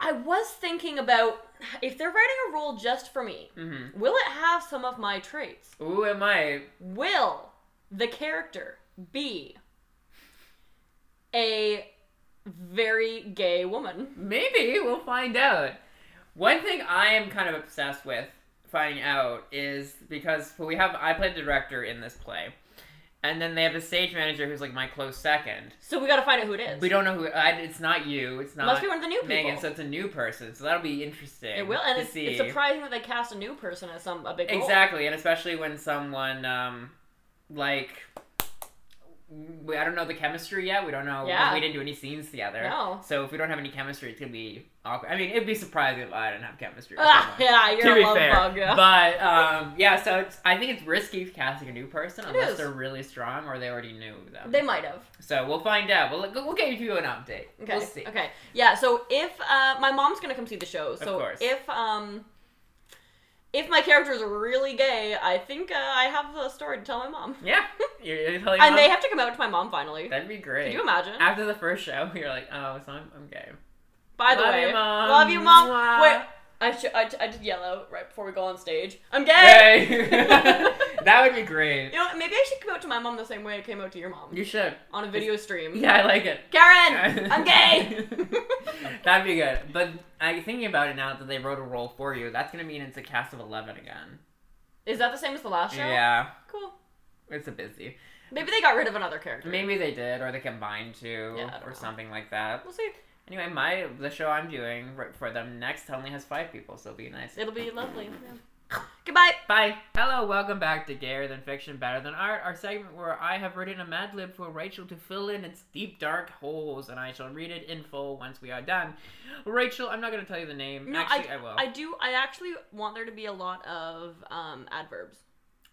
[SPEAKER 1] I was thinking about if they're writing a role just for me,
[SPEAKER 2] Mm-hmm.
[SPEAKER 1] will it have some of my traits?
[SPEAKER 2] Ooh, am I?
[SPEAKER 1] Will the character be a very gay woman?
[SPEAKER 2] Maybe we'll find out. One thing I am kind of obsessed with finding out is because we have I played the director in this play, and then they have the stage manager who's like my close second.
[SPEAKER 1] So we got to find out who it is.
[SPEAKER 2] We don't know who. I, it's not you. It's not.
[SPEAKER 1] Must be one of the new people.
[SPEAKER 2] Megan, so it's a new person. So that'll be interesting.
[SPEAKER 1] it will, and
[SPEAKER 2] to
[SPEAKER 1] it's,
[SPEAKER 2] see.
[SPEAKER 1] it's surprising that they cast a new person as some a big role.
[SPEAKER 2] Exactly, and especially when someone um, like we, I don't know the chemistry yet. We don't know.
[SPEAKER 1] Yeah.
[SPEAKER 2] We didn't do any scenes together.
[SPEAKER 1] No.
[SPEAKER 2] So if we don't have any chemistry, it's gonna be awkward. I mean, it'd be surprising if I didn't have chemistry. With
[SPEAKER 1] Ah,
[SPEAKER 2] someone.
[SPEAKER 1] yeah, you're
[SPEAKER 2] to be
[SPEAKER 1] a love
[SPEAKER 2] fair,
[SPEAKER 1] bug. Yeah.
[SPEAKER 2] but um, yeah. So it's, I think it's risky casting a new person
[SPEAKER 1] It
[SPEAKER 2] unless
[SPEAKER 1] is.
[SPEAKER 2] they're really strong or they already knew them.
[SPEAKER 1] They might have.
[SPEAKER 2] So we'll find out. We'll we'll give you an update.
[SPEAKER 1] Okay.
[SPEAKER 2] We'll see.
[SPEAKER 1] Okay. Yeah. So if uh, my mom's gonna come see the show, so
[SPEAKER 2] course.
[SPEAKER 1] if um, if my character is really gay, I think uh, I have a story to tell my mom.
[SPEAKER 2] Yeah. You're, you're telling
[SPEAKER 1] I
[SPEAKER 2] mom?
[SPEAKER 1] may have to come out to my mom finally.
[SPEAKER 2] That'd be
[SPEAKER 1] Could
[SPEAKER 2] great.
[SPEAKER 1] you imagine?
[SPEAKER 2] After the first show, you're like, oh, so I'm, I'm gay.
[SPEAKER 1] By the
[SPEAKER 2] Love
[SPEAKER 1] way,
[SPEAKER 2] you, Mom.
[SPEAKER 1] love you, mom.
[SPEAKER 2] Mwah.
[SPEAKER 1] Wait, I, sh- I I did yell out right before we go on stage. I'm gay.
[SPEAKER 2] Yay! that would be great.
[SPEAKER 1] You know, maybe I should come out to my mom the same way I came out to your mom
[SPEAKER 2] You should.
[SPEAKER 1] on a video stream.
[SPEAKER 2] Yeah, I like it.
[SPEAKER 1] Karen, I'm gay.
[SPEAKER 2] That'd be good. But I'm thinking about it now that they wrote a role for you. That's gonna mean it's a cast of eleven again.
[SPEAKER 1] Is that the same as the last show?
[SPEAKER 2] Yeah,
[SPEAKER 1] Cool.
[SPEAKER 2] it's a busy.
[SPEAKER 1] Maybe they got rid of another character.
[SPEAKER 2] Maybe they did, or they combined two,
[SPEAKER 1] Yeah, I don't
[SPEAKER 2] or
[SPEAKER 1] know.
[SPEAKER 2] something like that.
[SPEAKER 1] We'll see.
[SPEAKER 2] Anyway, my the show I'm doing right for them next only has five people, so it'll be nice.
[SPEAKER 1] It'll be lovely. Goodbye.
[SPEAKER 2] Bye. Hello, welcome back to Gayer Than Fiction, Better Than Art, our segment where I have written a Mad Lib for Rachel to fill in its deep, dark holes, and I shall read it in full once we are done. Rachel, I'm not going to tell you the name.
[SPEAKER 1] No,
[SPEAKER 2] Actually, I, will.
[SPEAKER 1] I do. I actually want there to be a lot of um, adverbs.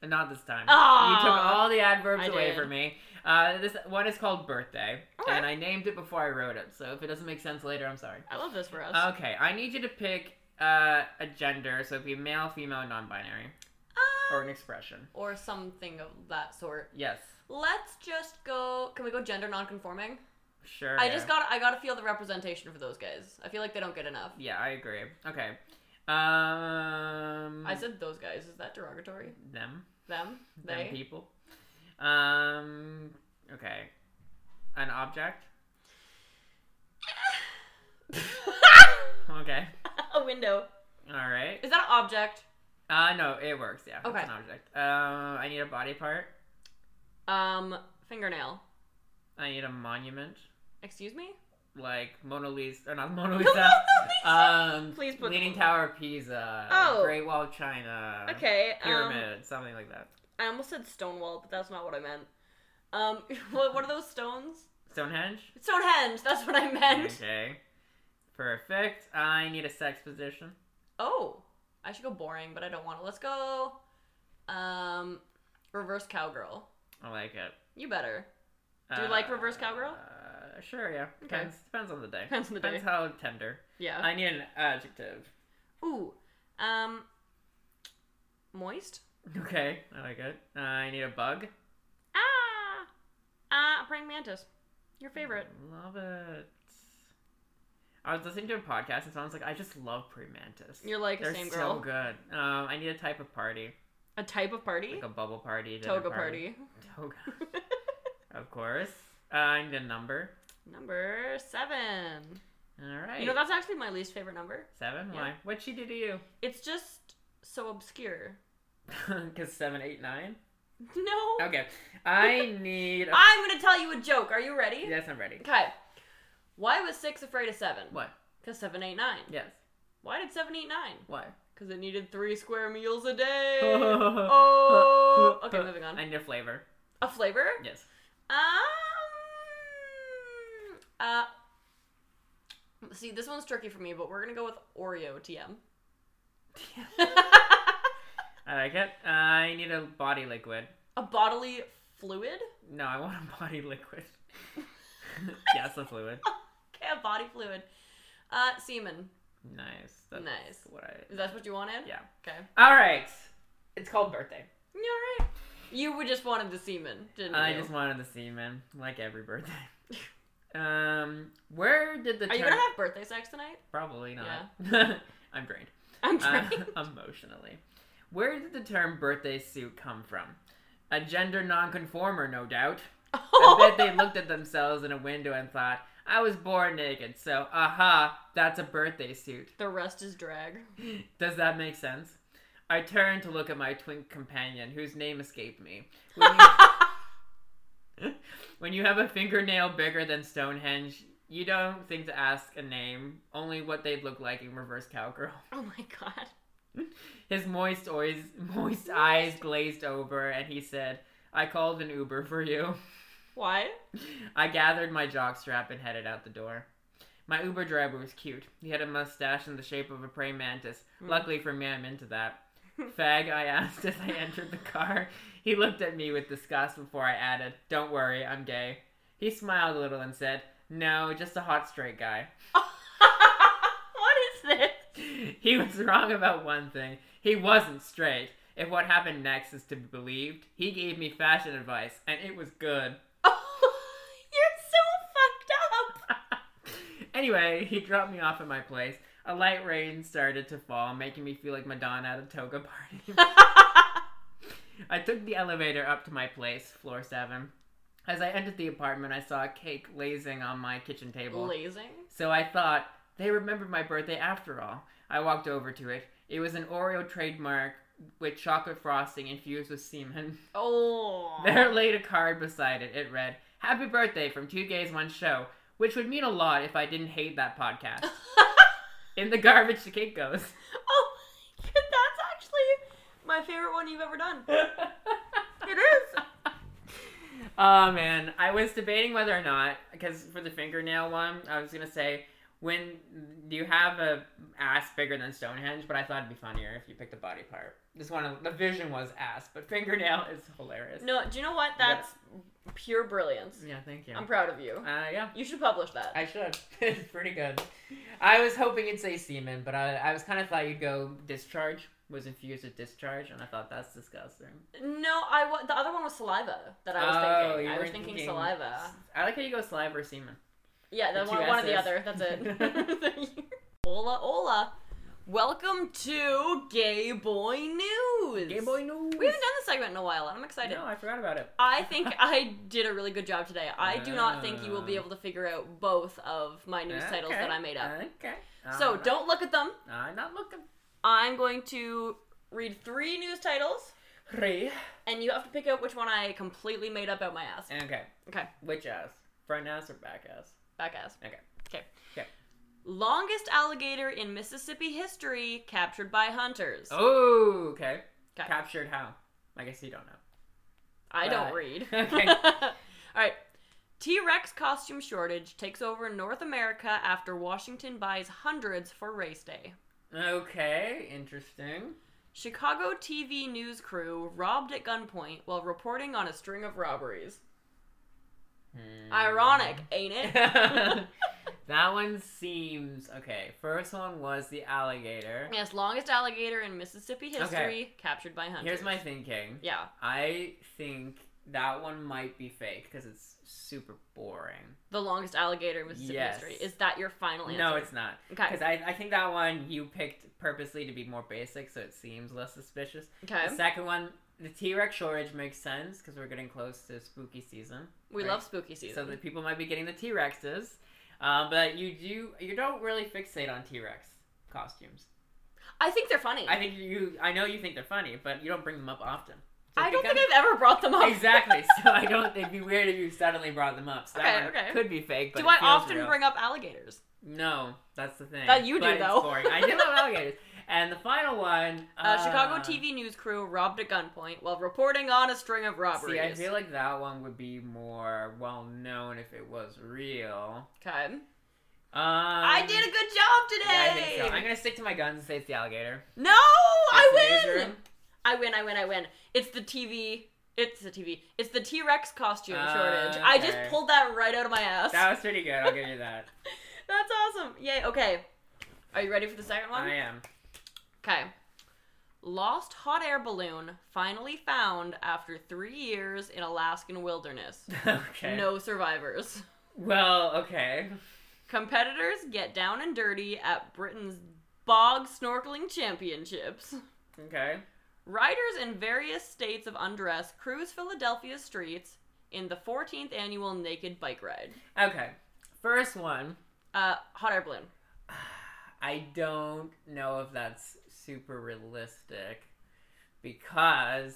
[SPEAKER 2] Not this time.
[SPEAKER 1] Ah.
[SPEAKER 2] you took all the adverbs
[SPEAKER 1] I
[SPEAKER 2] away
[SPEAKER 1] did.
[SPEAKER 2] from me. Uh, this one is called Birthday,
[SPEAKER 1] Okay.
[SPEAKER 2] and I named it before I wrote it, so if it doesn't make sense later, I'm sorry.
[SPEAKER 1] I love this for us.
[SPEAKER 2] Okay, I need you to pick uh, a gender, so it'd be male, female, non binary,
[SPEAKER 1] Ah,
[SPEAKER 2] or an expression.
[SPEAKER 1] or something of that sort.
[SPEAKER 2] Yes.
[SPEAKER 1] Let's just go. Can we go gender non-conforming?
[SPEAKER 2] Sure.
[SPEAKER 1] I just got. I got to feel the representation for those guys. I feel like they don't get enough.
[SPEAKER 2] Yeah, I agree. Okay. Um,
[SPEAKER 1] I said those guys. Is that derogatory?
[SPEAKER 2] them,
[SPEAKER 1] Them?
[SPEAKER 2] them
[SPEAKER 1] They?
[SPEAKER 2] people. Um, okay. An object. Okay.
[SPEAKER 1] a window.
[SPEAKER 2] All right.
[SPEAKER 1] Is that an object?
[SPEAKER 2] Uh, no, it works. Yeah. it's
[SPEAKER 1] Okay.
[SPEAKER 2] an object. Um, I need a body part.
[SPEAKER 1] Um, fingernail.
[SPEAKER 2] I need a monument,
[SPEAKER 1] Excuse me.
[SPEAKER 2] like Mona Lisa, or not Mona
[SPEAKER 1] No,
[SPEAKER 2] Lisa.
[SPEAKER 1] no, no,
[SPEAKER 2] um,
[SPEAKER 1] Please put-
[SPEAKER 2] Leaning Tower of Pisa.
[SPEAKER 1] Oh.
[SPEAKER 2] Great Wall of China.
[SPEAKER 1] Okay. Um,
[SPEAKER 2] Uh, Pyramid, something like that.
[SPEAKER 1] I almost said Stonewall, but that's not what I meant. Um, what, what are those stones?
[SPEAKER 2] Stonehenge. Mm-hmm.
[SPEAKER 1] Stonehenge. That's what I meant.
[SPEAKER 2] Okay. Perfect. I need a sex position.
[SPEAKER 1] Oh, I should go boring, but I don't want to. Let's go. Um, reverse cowgirl.
[SPEAKER 2] I like it.
[SPEAKER 1] You better. Do you like reverse cowgirl?
[SPEAKER 2] Uh, sure, yeah. Depends, depends on the day.
[SPEAKER 1] Depends on the
[SPEAKER 2] Depends
[SPEAKER 1] day.
[SPEAKER 2] how tender.
[SPEAKER 1] Yeah.
[SPEAKER 2] I need an adjective.
[SPEAKER 1] Ooh. Um. Moist.
[SPEAKER 2] Okay, I like it. Uh, I need a bug.
[SPEAKER 1] Ah. Ah. a praying mantis. Your favorite.
[SPEAKER 2] Love it. Uh, I was listening to a podcast and someone's like, I just love pre mantis.
[SPEAKER 1] You're like
[SPEAKER 2] They're
[SPEAKER 1] a same girl.
[SPEAKER 2] so good. Um, I need a type of party,
[SPEAKER 1] A type of party.
[SPEAKER 2] like a bubble party, dinner
[SPEAKER 1] Toga party.
[SPEAKER 2] Toga, of course. Uh, I need a number.
[SPEAKER 1] number seven.
[SPEAKER 2] All right.
[SPEAKER 1] You know that's actually my least favorite number.
[SPEAKER 2] seven.
[SPEAKER 1] Yeah.
[SPEAKER 2] Why? What'd she do to you?
[SPEAKER 1] It's just so obscure.
[SPEAKER 2] Because seven, eight, nine.
[SPEAKER 1] No.
[SPEAKER 2] Okay. I need. A...
[SPEAKER 1] I'm gonna tell you a joke. Are you ready?
[SPEAKER 2] Yes, I'm ready.
[SPEAKER 1] Okay. Why was six afraid of seven?
[SPEAKER 2] What?
[SPEAKER 1] Because seven ate nine.
[SPEAKER 2] Yes.
[SPEAKER 1] Why did seven eat nine?
[SPEAKER 2] Why?
[SPEAKER 1] Because it needed three square meals a day.
[SPEAKER 2] oh.
[SPEAKER 1] oh. Okay, moving on.
[SPEAKER 2] I need a flavor.
[SPEAKER 1] A flavor?
[SPEAKER 2] Yes.
[SPEAKER 1] Um. Uh. See, this one's tricky for me, but we're gonna go with Oreo TM.
[SPEAKER 2] I like it. Uh, I need a body liquid.
[SPEAKER 1] a bodily fluid?
[SPEAKER 2] No, I want a body liquid. yes, a fluid.
[SPEAKER 1] Okay, a body fluid. Uh, semen.
[SPEAKER 2] Nice. That's
[SPEAKER 1] Nice.
[SPEAKER 2] What I.
[SPEAKER 1] Is that what you wanted?
[SPEAKER 2] Yeah.
[SPEAKER 1] Okay.
[SPEAKER 2] All right. It's called birthday.
[SPEAKER 1] You all right? You would just wanted the semen, didn't
[SPEAKER 2] I
[SPEAKER 1] you?
[SPEAKER 2] just wanted to see, man. Like every birthday. um, where did the
[SPEAKER 1] Are you
[SPEAKER 2] term-
[SPEAKER 1] gonna have birthday sex tonight?
[SPEAKER 2] Probably not. I'm drained.
[SPEAKER 1] I'm
[SPEAKER 2] Uh,
[SPEAKER 1] trying.
[SPEAKER 2] emotionally. Where did the term birthday suit come from? A gender nonconformer, no doubt.
[SPEAKER 1] Oh.
[SPEAKER 2] I bet they looked at themselves in a window and thought, I was born naked, so aha, that's a birthday suit.
[SPEAKER 1] the rest is drag.
[SPEAKER 2] Does that make sense? I turned to look at my twin companion, whose name escaped me. When you, when you have a fingernail bigger than Stonehenge, you don't think to ask a name, only what they'd look like in reverse cowgirl.
[SPEAKER 1] Oh my god.
[SPEAKER 2] His moist eyes, moist eyes glazed over, and he said, "I called an Uber for you."
[SPEAKER 1] Why?
[SPEAKER 2] I gathered my jockstrap and headed out the door. My Uber driver was cute. He had a mustache in the shape of a praying mantis. Luckily for me, I'm into that. Fag, I asked as I entered the car. He looked at me with disgust before I added, Don't worry, I'm gay. He smiled a little and said, No, just a hot straight guy.
[SPEAKER 1] what is this?
[SPEAKER 2] He was wrong about one thing. He wasn't straight. If what happened next is to be believed, he gave me fashion advice, and it was good.
[SPEAKER 1] Oh, you're so fucked up.
[SPEAKER 2] anyway, he dropped me off at my place. A light rain started to fall, making me feel like Madonna at a toga party. I took the elevator up to my place, floor seven. As I entered the apartment, I saw a cake lazing on my kitchen table.
[SPEAKER 1] Blazing.
[SPEAKER 2] So I thought, they remembered my birthday after all. I walked over to it. It was an Oreo trademark with chocolate frosting infused with semen.
[SPEAKER 1] Oh.
[SPEAKER 2] There laid a card beside it. It read, Happy birthday from Two Gays One Show, which would mean a lot if I didn't hate that podcast. In the garbage the cake goes.
[SPEAKER 1] Oh, my God, that's actually my favorite one you've ever done. It is.
[SPEAKER 2] Oh man, I was debating whether or not because for the fingernail one, I was gonna say when you have a ass bigger than Stonehenge, but I thought it'd be funnier if you picked a body part. This one, the vision was ass, but fingernail is hilarious.
[SPEAKER 1] No, do you know what? That's pure brilliance.
[SPEAKER 2] Yeah, thank you.
[SPEAKER 1] I'm proud of you.
[SPEAKER 2] Uh, yeah,
[SPEAKER 1] You should publish that.
[SPEAKER 2] I should. it's pretty good. I was hoping you'd say semen, but I, I was kind of thought you'd go discharge was infused with discharge, and I thought that's disgusting.
[SPEAKER 1] No, I wa- the other one was saliva that I was
[SPEAKER 2] Oh,
[SPEAKER 1] thinking.
[SPEAKER 2] you
[SPEAKER 1] I
[SPEAKER 2] were
[SPEAKER 1] was thinking,
[SPEAKER 2] thinking-
[SPEAKER 1] saliva.
[SPEAKER 2] I like how you go saliva or semen.
[SPEAKER 1] Yeah,
[SPEAKER 2] The
[SPEAKER 1] the one,
[SPEAKER 2] two
[SPEAKER 1] one or the
[SPEAKER 2] S's.
[SPEAKER 1] other. That's it. Ola, Ola. Welcome to Gay Boy News.
[SPEAKER 2] Gay boy news.
[SPEAKER 1] We haven't done this segment in a while, and I'm excited.
[SPEAKER 2] No, I forgot about it.
[SPEAKER 1] I think I did a really good job today. I do not think you will be
[SPEAKER 2] Ah.
[SPEAKER 1] able to figure out both of my news titles
[SPEAKER 2] Okay, Uh,
[SPEAKER 1] that I made up.
[SPEAKER 2] Okay.
[SPEAKER 1] so
[SPEAKER 2] I'm not-
[SPEAKER 1] don't look at them.
[SPEAKER 2] I'm not looking.
[SPEAKER 1] I'm going to read three news titles,
[SPEAKER 2] Three.
[SPEAKER 1] and you have to pick out which one I completely made up out my ass.
[SPEAKER 2] Okay.
[SPEAKER 1] Okay,
[SPEAKER 2] Which ass? Front ass or back ass?
[SPEAKER 1] back ass.
[SPEAKER 2] Okay.
[SPEAKER 1] Okay.
[SPEAKER 2] Okay.
[SPEAKER 1] Longest alligator in Mississippi history captured by hunters.
[SPEAKER 2] Oh, okay.
[SPEAKER 1] 'Kay.
[SPEAKER 2] Captured how? I guess you don't know.
[SPEAKER 1] I don't
[SPEAKER 2] right.
[SPEAKER 1] read.
[SPEAKER 2] Okay.
[SPEAKER 1] All right. T Rex costume shortage takes over North America after Washington buys hundreds for race day.
[SPEAKER 2] Okay, interesting.
[SPEAKER 1] Chicago TV news crew robbed at gunpoint while reporting on a string of robberies.
[SPEAKER 2] Hmm.
[SPEAKER 1] Ironic, ain't it?
[SPEAKER 2] that one seems okay. First one was the alligator.
[SPEAKER 1] yes, longest alligator in Mississippi history captured by hunters.
[SPEAKER 2] Here's my thinking.
[SPEAKER 1] Yeah,
[SPEAKER 2] I think that one might be fake because it's super boring.
[SPEAKER 1] the longest alligator in Mississippi
[SPEAKER 2] Yes.
[SPEAKER 1] history. Is that your final answer?
[SPEAKER 2] No, it's not.
[SPEAKER 1] okay.
[SPEAKER 2] Because I, I think that one you picked purposely to be more basic so it seems less suspicious.
[SPEAKER 1] Okay,
[SPEAKER 2] The second one, the T Rex shortage makes sense because we're getting close to spooky season.
[SPEAKER 1] we
[SPEAKER 2] right.
[SPEAKER 1] love spooky season.
[SPEAKER 2] So that people might be getting the T Rexes. Um, but you do you don't really fixate on T Rex costumes.
[SPEAKER 1] I think they're funny.
[SPEAKER 2] I think you I know you think they're funny, but you don't bring them up often. So
[SPEAKER 1] I don't think
[SPEAKER 2] I'm-
[SPEAKER 1] I've ever brought them up.
[SPEAKER 2] exactly. So I don't. It'd be weird if you suddenly brought them up. So that
[SPEAKER 1] Okay,
[SPEAKER 2] one
[SPEAKER 1] okay.
[SPEAKER 2] could be fake. But
[SPEAKER 1] Do
[SPEAKER 2] it
[SPEAKER 1] I
[SPEAKER 2] feels
[SPEAKER 1] often
[SPEAKER 2] real.
[SPEAKER 1] bring up alligators?
[SPEAKER 2] No, that's the thing.
[SPEAKER 1] That you do,
[SPEAKER 2] But it's
[SPEAKER 1] though.
[SPEAKER 2] boring. I do love alligators. And the final one.
[SPEAKER 1] Uh, Chicago TV news crew robbed at gunpoint while reporting on a string of robberies.
[SPEAKER 2] See, I feel like that one would be more well known if it was real.
[SPEAKER 1] okay.
[SPEAKER 2] Um,
[SPEAKER 1] I did a good job
[SPEAKER 2] yeah, I think
[SPEAKER 1] today.
[SPEAKER 2] so. I'm gonna stick to my guns and say it's the alligator.
[SPEAKER 1] No,
[SPEAKER 2] It's
[SPEAKER 1] I
[SPEAKER 2] the
[SPEAKER 1] win.
[SPEAKER 2] newsroom.
[SPEAKER 1] I win. I win. I win. It's the TV. It's the TV. It's the T Rex costume
[SPEAKER 2] Uh,
[SPEAKER 1] shortage. I just
[SPEAKER 2] okay.
[SPEAKER 1] pulled that right out of my ass.
[SPEAKER 2] That was pretty good. I'll give you that.
[SPEAKER 1] That's awesome. Yay. Okay. Are you ready for the second one?
[SPEAKER 2] I am.
[SPEAKER 1] Okay. Lost hot air balloon finally found after three years in Alaskan wilderness.
[SPEAKER 2] okay.
[SPEAKER 1] No survivors.
[SPEAKER 2] Well, okay.
[SPEAKER 1] Competitors get down and dirty at Britain's bog snorkeling championships.
[SPEAKER 2] Okay.
[SPEAKER 1] Riders in various states of undress cruise Philadelphia streets in the 14th annual naked bike ride.
[SPEAKER 2] Okay. First one.
[SPEAKER 1] Uh, hot air balloon.
[SPEAKER 2] I don't know if that's super realistic because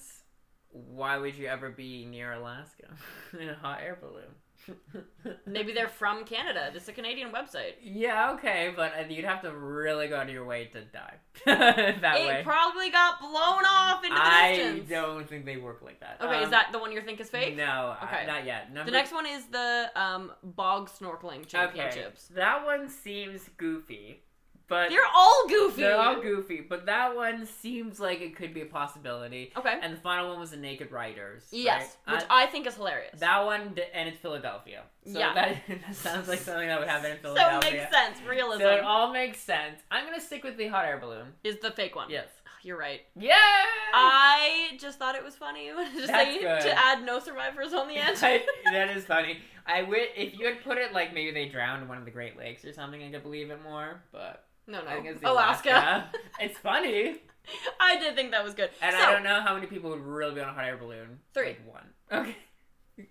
[SPEAKER 2] why would you ever be near Alaska in a hot air balloon?
[SPEAKER 1] Maybe they're from Canada. This is a Canadian website.
[SPEAKER 2] yeah, okay, but you'd have to really go out of your way to die that
[SPEAKER 1] it
[SPEAKER 2] way.
[SPEAKER 1] probably got blown off into the
[SPEAKER 2] I
[SPEAKER 1] distance.
[SPEAKER 2] don't think they work like that.
[SPEAKER 1] Okay, is
[SPEAKER 2] Um,
[SPEAKER 1] that the one you think is fake?
[SPEAKER 2] No,
[SPEAKER 1] Okay.
[SPEAKER 2] I, not yet. Number
[SPEAKER 1] The next one is the um, bog snorkeling
[SPEAKER 2] okay,
[SPEAKER 1] championships.
[SPEAKER 2] that one seems goofy, but
[SPEAKER 1] They're all goofy.
[SPEAKER 2] they're all goofy. But that one seems like it could be a possibility.
[SPEAKER 1] Okay.
[SPEAKER 2] And the final one was the Naked Riders.
[SPEAKER 1] Yes,
[SPEAKER 2] right?
[SPEAKER 1] which
[SPEAKER 2] Uh,
[SPEAKER 1] I think is hilarious.
[SPEAKER 2] that one, d- and it's Philadelphia. So
[SPEAKER 1] Yeah.
[SPEAKER 2] That, that sounds like something that would happen in
[SPEAKER 1] so
[SPEAKER 2] Philadelphia.
[SPEAKER 1] makes sense. Realism
[SPEAKER 2] So it all makes sense. I'm gonna stick with the hot air balloon.
[SPEAKER 1] is the fake one.
[SPEAKER 2] Yes.
[SPEAKER 1] You're right.
[SPEAKER 2] Yeah.
[SPEAKER 1] Uh, I just thought it was funny to say
[SPEAKER 2] good.
[SPEAKER 1] to add no survivors on the end.
[SPEAKER 2] that is funny. I would if you had put it like maybe they drowned in one of the Great Lakes or something. I could believe it more, but
[SPEAKER 1] no,
[SPEAKER 2] I think
[SPEAKER 1] no,
[SPEAKER 2] it's the
[SPEAKER 1] Alaska.
[SPEAKER 2] it's funny,
[SPEAKER 1] I did think that was good.
[SPEAKER 2] and
[SPEAKER 1] so
[SPEAKER 2] I don't know how many people would really be on a hot air balloon.
[SPEAKER 1] Three.
[SPEAKER 2] Like one. Okay.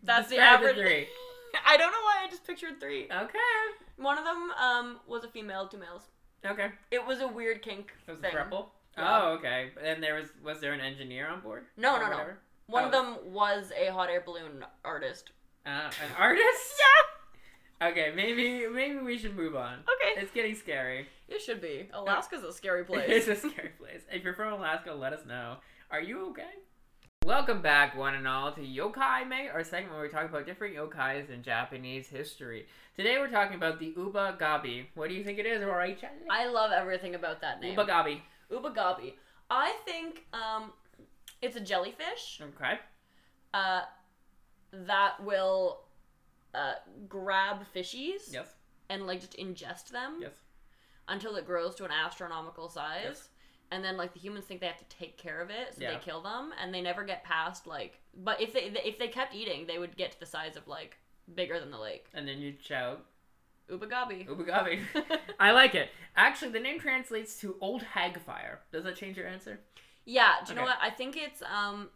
[SPEAKER 1] that's the
[SPEAKER 2] Describe
[SPEAKER 1] average.
[SPEAKER 2] three.
[SPEAKER 1] I don't know why I just pictured three.
[SPEAKER 2] Okay.
[SPEAKER 1] One of them um was a female, two males.
[SPEAKER 2] Okay.
[SPEAKER 1] It was a weird kink
[SPEAKER 2] It was a
[SPEAKER 1] thing.
[SPEAKER 2] thruple.
[SPEAKER 1] Yeah.
[SPEAKER 2] Oh, okay. And there was was there an engineer on board?
[SPEAKER 1] No,
[SPEAKER 2] Or
[SPEAKER 1] no, no.
[SPEAKER 2] whatever?
[SPEAKER 1] One of
[SPEAKER 2] Oh.
[SPEAKER 1] them was a hot air balloon artist.
[SPEAKER 2] Uh, an artist.
[SPEAKER 1] Yeah.
[SPEAKER 2] Okay, maybe maybe we should move on.
[SPEAKER 1] Okay.
[SPEAKER 2] It's getting scary.
[SPEAKER 1] It should be. Alaska's a scary place.
[SPEAKER 2] It's a scary place. If you're from Alaska, let us know. Are you okay? Welcome back, one and all, to Yokai May, our segment where we talk about different yokais in Japanese history. Today we're talking about the Ubagabi. What do you think it is, Rory?
[SPEAKER 1] I love everything about that name.
[SPEAKER 2] Ubagabi.
[SPEAKER 1] Ubagabi. I think um it's a jellyfish.
[SPEAKER 2] Okay.
[SPEAKER 1] uh, that will uh, grab fishies
[SPEAKER 2] Yes.
[SPEAKER 1] and like just ingest them
[SPEAKER 2] Yes.
[SPEAKER 1] until it grows to an astronomical size.
[SPEAKER 2] Yes.
[SPEAKER 1] And then like the humans think they have to take care of it, so
[SPEAKER 2] Yeah.
[SPEAKER 1] they kill them, and they never get past like. But if they if they kept eating, they would get to the size of like bigger than the lake.
[SPEAKER 2] And then you shout,
[SPEAKER 1] Ubagabi.
[SPEAKER 2] Ubagabi. I like it. Actually, the name translates to Old Hag Fire. Does that change your answer?
[SPEAKER 1] yeah. Do you know
[SPEAKER 2] Okay.
[SPEAKER 1] what? I think it's um.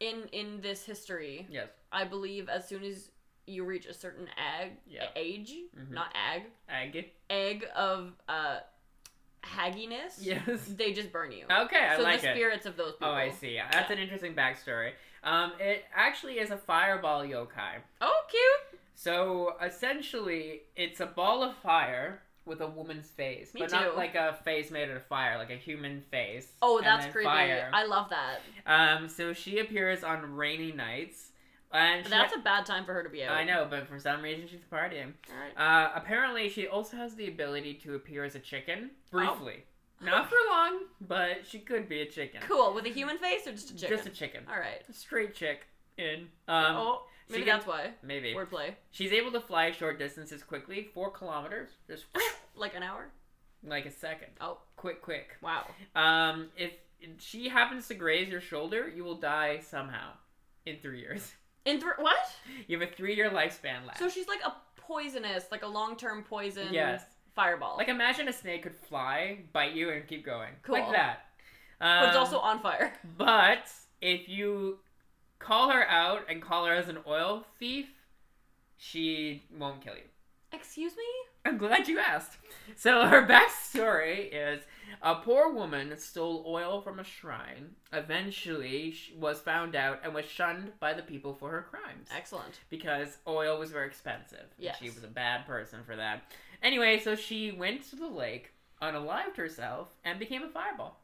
[SPEAKER 1] In in this history,
[SPEAKER 2] Yes.
[SPEAKER 1] I believe as soon as you reach a certain ag
[SPEAKER 2] Yeah.
[SPEAKER 1] age,
[SPEAKER 2] Mhm.
[SPEAKER 1] not ag,
[SPEAKER 2] Ag.
[SPEAKER 1] egg of uh hagginess,
[SPEAKER 2] Yes.
[SPEAKER 1] they just burn you.
[SPEAKER 2] Okay, I
[SPEAKER 1] so
[SPEAKER 2] like
[SPEAKER 1] the
[SPEAKER 2] it.
[SPEAKER 1] spirits of those people.
[SPEAKER 2] Oh, I see. That's an interesting backstory. Um, it actually is a fireball yokai.
[SPEAKER 1] Oh, cute.
[SPEAKER 2] So essentially, it's a ball of fire with a woman's face,
[SPEAKER 1] Me
[SPEAKER 2] but
[SPEAKER 1] too.
[SPEAKER 2] not like a face made out of fire, like a human face.
[SPEAKER 1] Oh,
[SPEAKER 2] and
[SPEAKER 1] that's
[SPEAKER 2] then
[SPEAKER 1] creepy.
[SPEAKER 2] fire.
[SPEAKER 1] I love that.
[SPEAKER 2] Um, so she appears on rainy nights. And
[SPEAKER 1] But
[SPEAKER 2] she,
[SPEAKER 1] that's a bad time for her to be out.
[SPEAKER 2] I know, but for some reason she's partying.
[SPEAKER 1] All right.
[SPEAKER 2] Uh, apparently, she also has the ability to appear as a chicken briefly, not for long, but she could be a chicken.
[SPEAKER 1] Oh. Cool. With a human face or just a chicken?
[SPEAKER 2] Just a chicken.
[SPEAKER 1] All right.
[SPEAKER 2] A straight chick in. Um,
[SPEAKER 1] oh,
[SPEAKER 2] she
[SPEAKER 1] maybe
[SPEAKER 2] can-
[SPEAKER 1] that's why.
[SPEAKER 2] maybe.
[SPEAKER 1] Wordplay.
[SPEAKER 2] She's able to fly short distances quickly, four kilometers, just
[SPEAKER 1] Like an hour?
[SPEAKER 2] like a second.
[SPEAKER 1] Oh,
[SPEAKER 2] Quick, quick.
[SPEAKER 1] wow.
[SPEAKER 2] Um, if she happens to graze your shoulder, you will die somehow in three years.
[SPEAKER 1] In thr what?
[SPEAKER 2] You have a three-year lifespan left.
[SPEAKER 1] So she's like a poisonous, like a long-term poison
[SPEAKER 2] Yes.
[SPEAKER 1] fireball.
[SPEAKER 2] Like imagine a snake could fly, bite you, and keep going. Like
[SPEAKER 1] Cool.
[SPEAKER 2] that. Um,
[SPEAKER 1] but it's also on fire.
[SPEAKER 2] But if you call her out and call her as an oil thief, she won't kill you.
[SPEAKER 1] Excuse me?
[SPEAKER 2] I'm glad you asked. So her backstory is a poor woman stole oil from a shrine. Eventually, she was found out and was shunned by the people for her crimes
[SPEAKER 1] Excellent.
[SPEAKER 2] because oil was very expensive. and
[SPEAKER 1] Yes.
[SPEAKER 2] she was a bad person for that. Anyway, so she went to the lake, unalived herself, and became a fireball.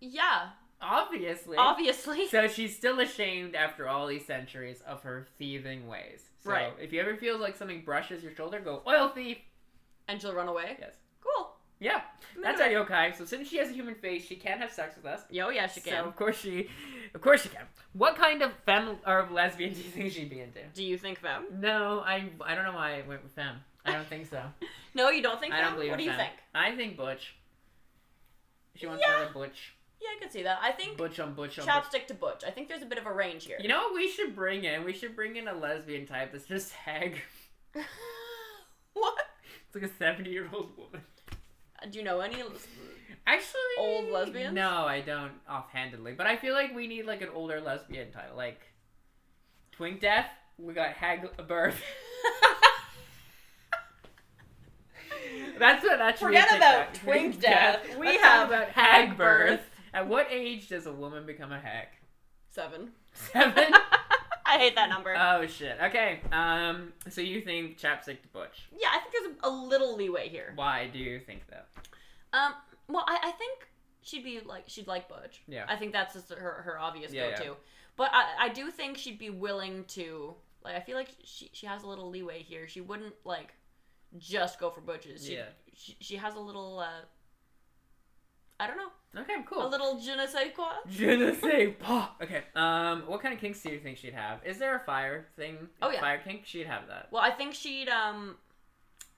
[SPEAKER 1] Yeah,
[SPEAKER 2] Obviously.
[SPEAKER 1] obviously.
[SPEAKER 2] So she's still ashamed after all these centuries of her thieving ways. So
[SPEAKER 1] Right.
[SPEAKER 2] if you ever feel like something brushes your shoulder, go oil thief.
[SPEAKER 1] and she'll run away.
[SPEAKER 2] Yes.
[SPEAKER 1] Cool.
[SPEAKER 2] Yeah.
[SPEAKER 1] I'm
[SPEAKER 2] That's
[SPEAKER 1] into it.
[SPEAKER 2] yokai. So since she has a human face, she can have sex with us.
[SPEAKER 1] Yo, yeah, she can.
[SPEAKER 2] So of course she, of course she can. What kind of femme or lesbian do you think she'd be into?
[SPEAKER 1] Do you think femme?
[SPEAKER 2] No, I I don't know why I went with femme. I don't think so.
[SPEAKER 1] No, you don't think
[SPEAKER 2] I don't
[SPEAKER 1] femme?
[SPEAKER 2] believe.
[SPEAKER 1] What
[SPEAKER 2] in
[SPEAKER 1] do you
[SPEAKER 2] femme.
[SPEAKER 1] think?
[SPEAKER 2] I think butch. She wants
[SPEAKER 1] Yeah.
[SPEAKER 2] another butch.
[SPEAKER 1] Yeah, I could see that. I think
[SPEAKER 2] Butch on butch on butch.
[SPEAKER 1] chapstick to butch. I think there's a bit of a range here.
[SPEAKER 2] You know what we should bring in? We should bring in a lesbian type that's just hag.
[SPEAKER 1] what?
[SPEAKER 2] It's like a 70 year old woman.
[SPEAKER 1] Do you know any?
[SPEAKER 2] Actually,
[SPEAKER 1] Old lesbians?
[SPEAKER 2] No, I don't offhandedly, but I feel like we need like an older lesbian title, like Twink Death. We got Hag Birth. That's what that should be a
[SPEAKER 1] Forget about
[SPEAKER 2] TikTok.
[SPEAKER 1] Twink Death. We
[SPEAKER 2] Let's
[SPEAKER 1] have
[SPEAKER 2] talk about Hag
[SPEAKER 1] Hag
[SPEAKER 2] Birth.
[SPEAKER 1] Birth.
[SPEAKER 2] At what age does a woman become a hag?
[SPEAKER 1] Seven.
[SPEAKER 2] Seven.
[SPEAKER 1] I hate that number.
[SPEAKER 2] oh shit. Okay. Um. So you think chapstick to butch?
[SPEAKER 1] yeah, I think there's a, a little leeway here.
[SPEAKER 2] Why do you think that?
[SPEAKER 1] Um, well, I, I think she'd be like she'd like Butch.
[SPEAKER 2] Yeah.
[SPEAKER 1] I think that's just her her obvious
[SPEAKER 2] Yeah,
[SPEAKER 1] go-to. But I I do think she'd be willing to like I feel like she she has a little leeway here. She wouldn't like just go for butches. She,
[SPEAKER 2] Yeah.
[SPEAKER 1] she she has a little uh I don't know.
[SPEAKER 2] Okay. Cool.
[SPEAKER 1] A little je ne sais quoi.
[SPEAKER 2] Je ne sais pas. Okay. Um, what kind of kinks do you think she'd have? Is there a fire thing?
[SPEAKER 1] Oh, yeah.
[SPEAKER 2] Fire kink? She'd have that.
[SPEAKER 1] Well, I think she'd um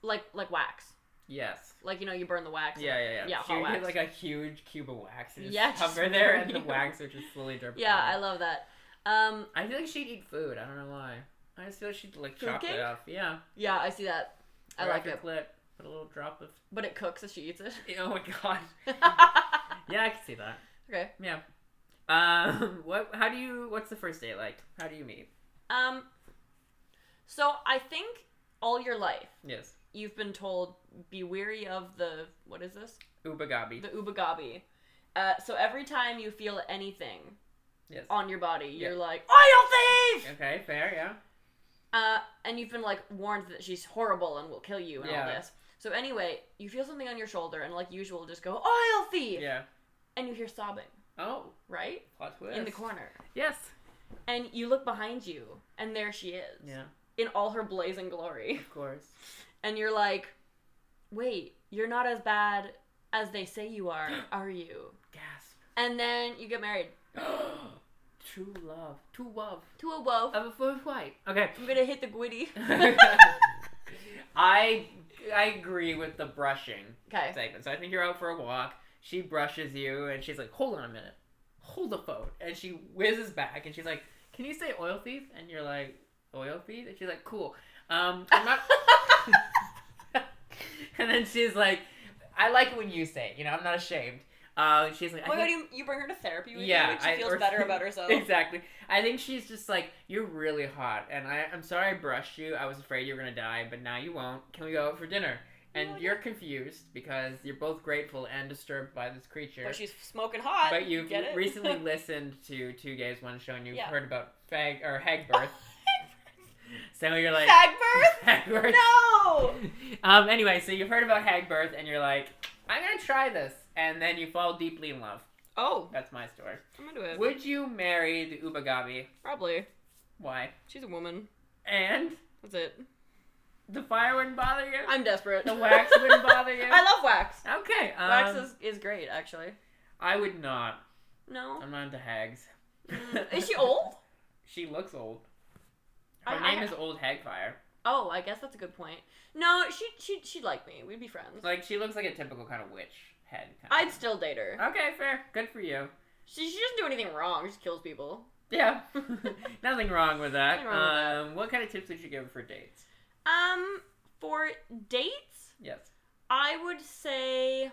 [SPEAKER 1] like like wax.
[SPEAKER 2] Yes.
[SPEAKER 1] Like you know you burn the wax.
[SPEAKER 2] Yeah, yeah, yeah.
[SPEAKER 1] Yeah,
[SPEAKER 2] she
[SPEAKER 1] hot
[SPEAKER 2] would get
[SPEAKER 1] wax.
[SPEAKER 2] like a huge cube of wax and just
[SPEAKER 1] Yeah, just
[SPEAKER 2] cover there, and the
[SPEAKER 1] burn you.
[SPEAKER 2] wax would just slowly drip.
[SPEAKER 1] Yeah,
[SPEAKER 2] down.
[SPEAKER 1] I love that. Um
[SPEAKER 2] I feel like she'd eat food. I don't know why. I just feel like she'd like
[SPEAKER 1] Food
[SPEAKER 2] chop it
[SPEAKER 1] kink?
[SPEAKER 2] off. Yeah.
[SPEAKER 1] yeah, I see that. I
[SPEAKER 2] Crack
[SPEAKER 1] like
[SPEAKER 2] your
[SPEAKER 1] it.
[SPEAKER 2] Clit, put a little drop of.
[SPEAKER 1] But it cooks as she eats it.
[SPEAKER 2] Oh my god. yeah, I can see that.
[SPEAKER 1] okay.
[SPEAKER 2] Yeah. Um. What? How do you? What's the first date like? How do you meet?
[SPEAKER 1] Um, so I think all your life
[SPEAKER 2] Yes.
[SPEAKER 1] you've been told be weary of the what is this
[SPEAKER 2] Ubagabi.
[SPEAKER 1] the ubagabi. Uh, so every time you feel anything
[SPEAKER 2] Yes.
[SPEAKER 1] on your body, you're
[SPEAKER 2] Yeah.
[SPEAKER 1] like oil thief,
[SPEAKER 2] Okay. Fair. Yeah.
[SPEAKER 1] uh, and you've been like warned that she's horrible and will kill you and all
[SPEAKER 2] Yeah.
[SPEAKER 1] this. So anyway, you feel something on your shoulder and like usual, just go oil thief,
[SPEAKER 2] Yeah.
[SPEAKER 1] and you hear sobbing
[SPEAKER 2] Oh.
[SPEAKER 1] right
[SPEAKER 2] Plot twist.
[SPEAKER 1] in the corner,
[SPEAKER 2] Yes.
[SPEAKER 1] and you look behind you, and there she is
[SPEAKER 2] Yeah,
[SPEAKER 1] in all her blazing glory.
[SPEAKER 2] of course.
[SPEAKER 1] and you're like, wait, you're not as bad as they say you are, are you?
[SPEAKER 2] Gasp.
[SPEAKER 1] And then you get married
[SPEAKER 2] True love. True love.
[SPEAKER 1] to a woe.
[SPEAKER 2] Of a first wife. Okay.
[SPEAKER 1] I'm gonna hit the gwitty.
[SPEAKER 2] I I agree with the brushing
[SPEAKER 1] okay.
[SPEAKER 2] segment. So I think you're out for a walk. She brushes you, and she's like, "Hold on a minute, hold the phone." And she whizzes back, and she's like, "Can you say oil thief?" And you're like, "Oil thief?" And she's like, "Cool." Um, I'm not. and then she's like, "I like it when you say it. You know, I'm not ashamed." Uh, and she's like,
[SPEAKER 1] Oh my
[SPEAKER 2] I
[SPEAKER 1] god,
[SPEAKER 2] think-
[SPEAKER 1] you, you bring her to therapy with you
[SPEAKER 2] yeah,
[SPEAKER 1] and she
[SPEAKER 2] I-
[SPEAKER 1] feels
[SPEAKER 2] or-
[SPEAKER 1] better about herself.
[SPEAKER 2] Exactly. I think she's just like, you're really hot, and I, I'm sorry I brushed you. I was afraid you were gonna die, but now you won't. Can we go out for dinner? And
[SPEAKER 1] No, I
[SPEAKER 2] you're confused because you're both grateful and disturbed by this creature.
[SPEAKER 1] But she's smoking hot.
[SPEAKER 2] But you've
[SPEAKER 1] get it?
[SPEAKER 2] recently listened to Two Gays One Show, and you've
[SPEAKER 1] Yeah.
[SPEAKER 2] heard about fag or hag birth. so you're like
[SPEAKER 1] Fag birth?
[SPEAKER 2] hag birth.
[SPEAKER 1] No!
[SPEAKER 2] um. Anyway, so you've heard about hag birth, and you're like, I'm gonna try this, and then you fall deeply in love.
[SPEAKER 1] Oh,
[SPEAKER 2] That's my story.
[SPEAKER 1] I'm into it.
[SPEAKER 2] Would you marry the Ubagabi?
[SPEAKER 1] Probably.
[SPEAKER 2] Why?
[SPEAKER 1] She's a woman.
[SPEAKER 2] And
[SPEAKER 1] That's it.
[SPEAKER 2] the fire wouldn't bother you.
[SPEAKER 1] I'm desperate.
[SPEAKER 2] The wax wouldn't bother you.
[SPEAKER 1] I love wax.
[SPEAKER 2] okay. Um,
[SPEAKER 1] wax is, is great, actually.
[SPEAKER 2] I would not.
[SPEAKER 1] No.
[SPEAKER 2] I'm not into hags.
[SPEAKER 1] Mm, is she old?
[SPEAKER 2] She looks old. Her
[SPEAKER 1] I-
[SPEAKER 2] name
[SPEAKER 1] I-
[SPEAKER 2] is Old Hagfire.
[SPEAKER 1] Oh, I guess that's a good point. No, she she she'd like me. We'd be friends.
[SPEAKER 2] Like she looks like a typical kind of witch head. Kind
[SPEAKER 1] I'd still date her.
[SPEAKER 2] Okay, fair. Good for you.
[SPEAKER 1] She she doesn't do anything wrong. She just kills people.
[SPEAKER 2] Yeah. Nothing wrong with that.
[SPEAKER 1] Nothing wrong with that.
[SPEAKER 2] um, What kind of tips would you give for dates?
[SPEAKER 1] Um, for dates,
[SPEAKER 2] Yes.
[SPEAKER 1] I would say.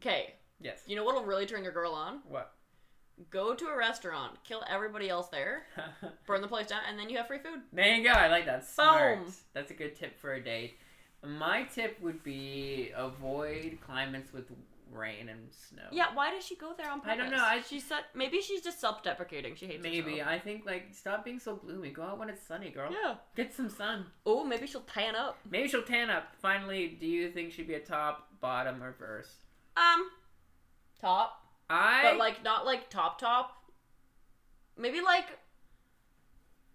[SPEAKER 1] Okay,
[SPEAKER 2] Yes.
[SPEAKER 1] you know what'll really turn your girl on?
[SPEAKER 2] What?
[SPEAKER 1] Go to a restaurant, kill everybody else there, burn the place down, and then you have free food.
[SPEAKER 2] there you go. I like that. Smart.
[SPEAKER 1] Boom.
[SPEAKER 2] That's a good tip for a date. My tip would be avoid climates with rain and snow.
[SPEAKER 1] Yeah, why does she go there on purpose?
[SPEAKER 2] I don't know, I-
[SPEAKER 1] she said maybe she's just self-deprecating. She hates
[SPEAKER 2] Maybe
[SPEAKER 1] herself.
[SPEAKER 2] I think like stop being so gloomy. Go out when it's sunny, girl.
[SPEAKER 1] Yeah.
[SPEAKER 2] Get some sun.
[SPEAKER 1] Oh, maybe she'll tan up.
[SPEAKER 2] Maybe she'll tan up. Finally, do you think she'd be a top, bottom, or verse?
[SPEAKER 1] Um, top.
[SPEAKER 2] I
[SPEAKER 1] but like not like top top. Maybe like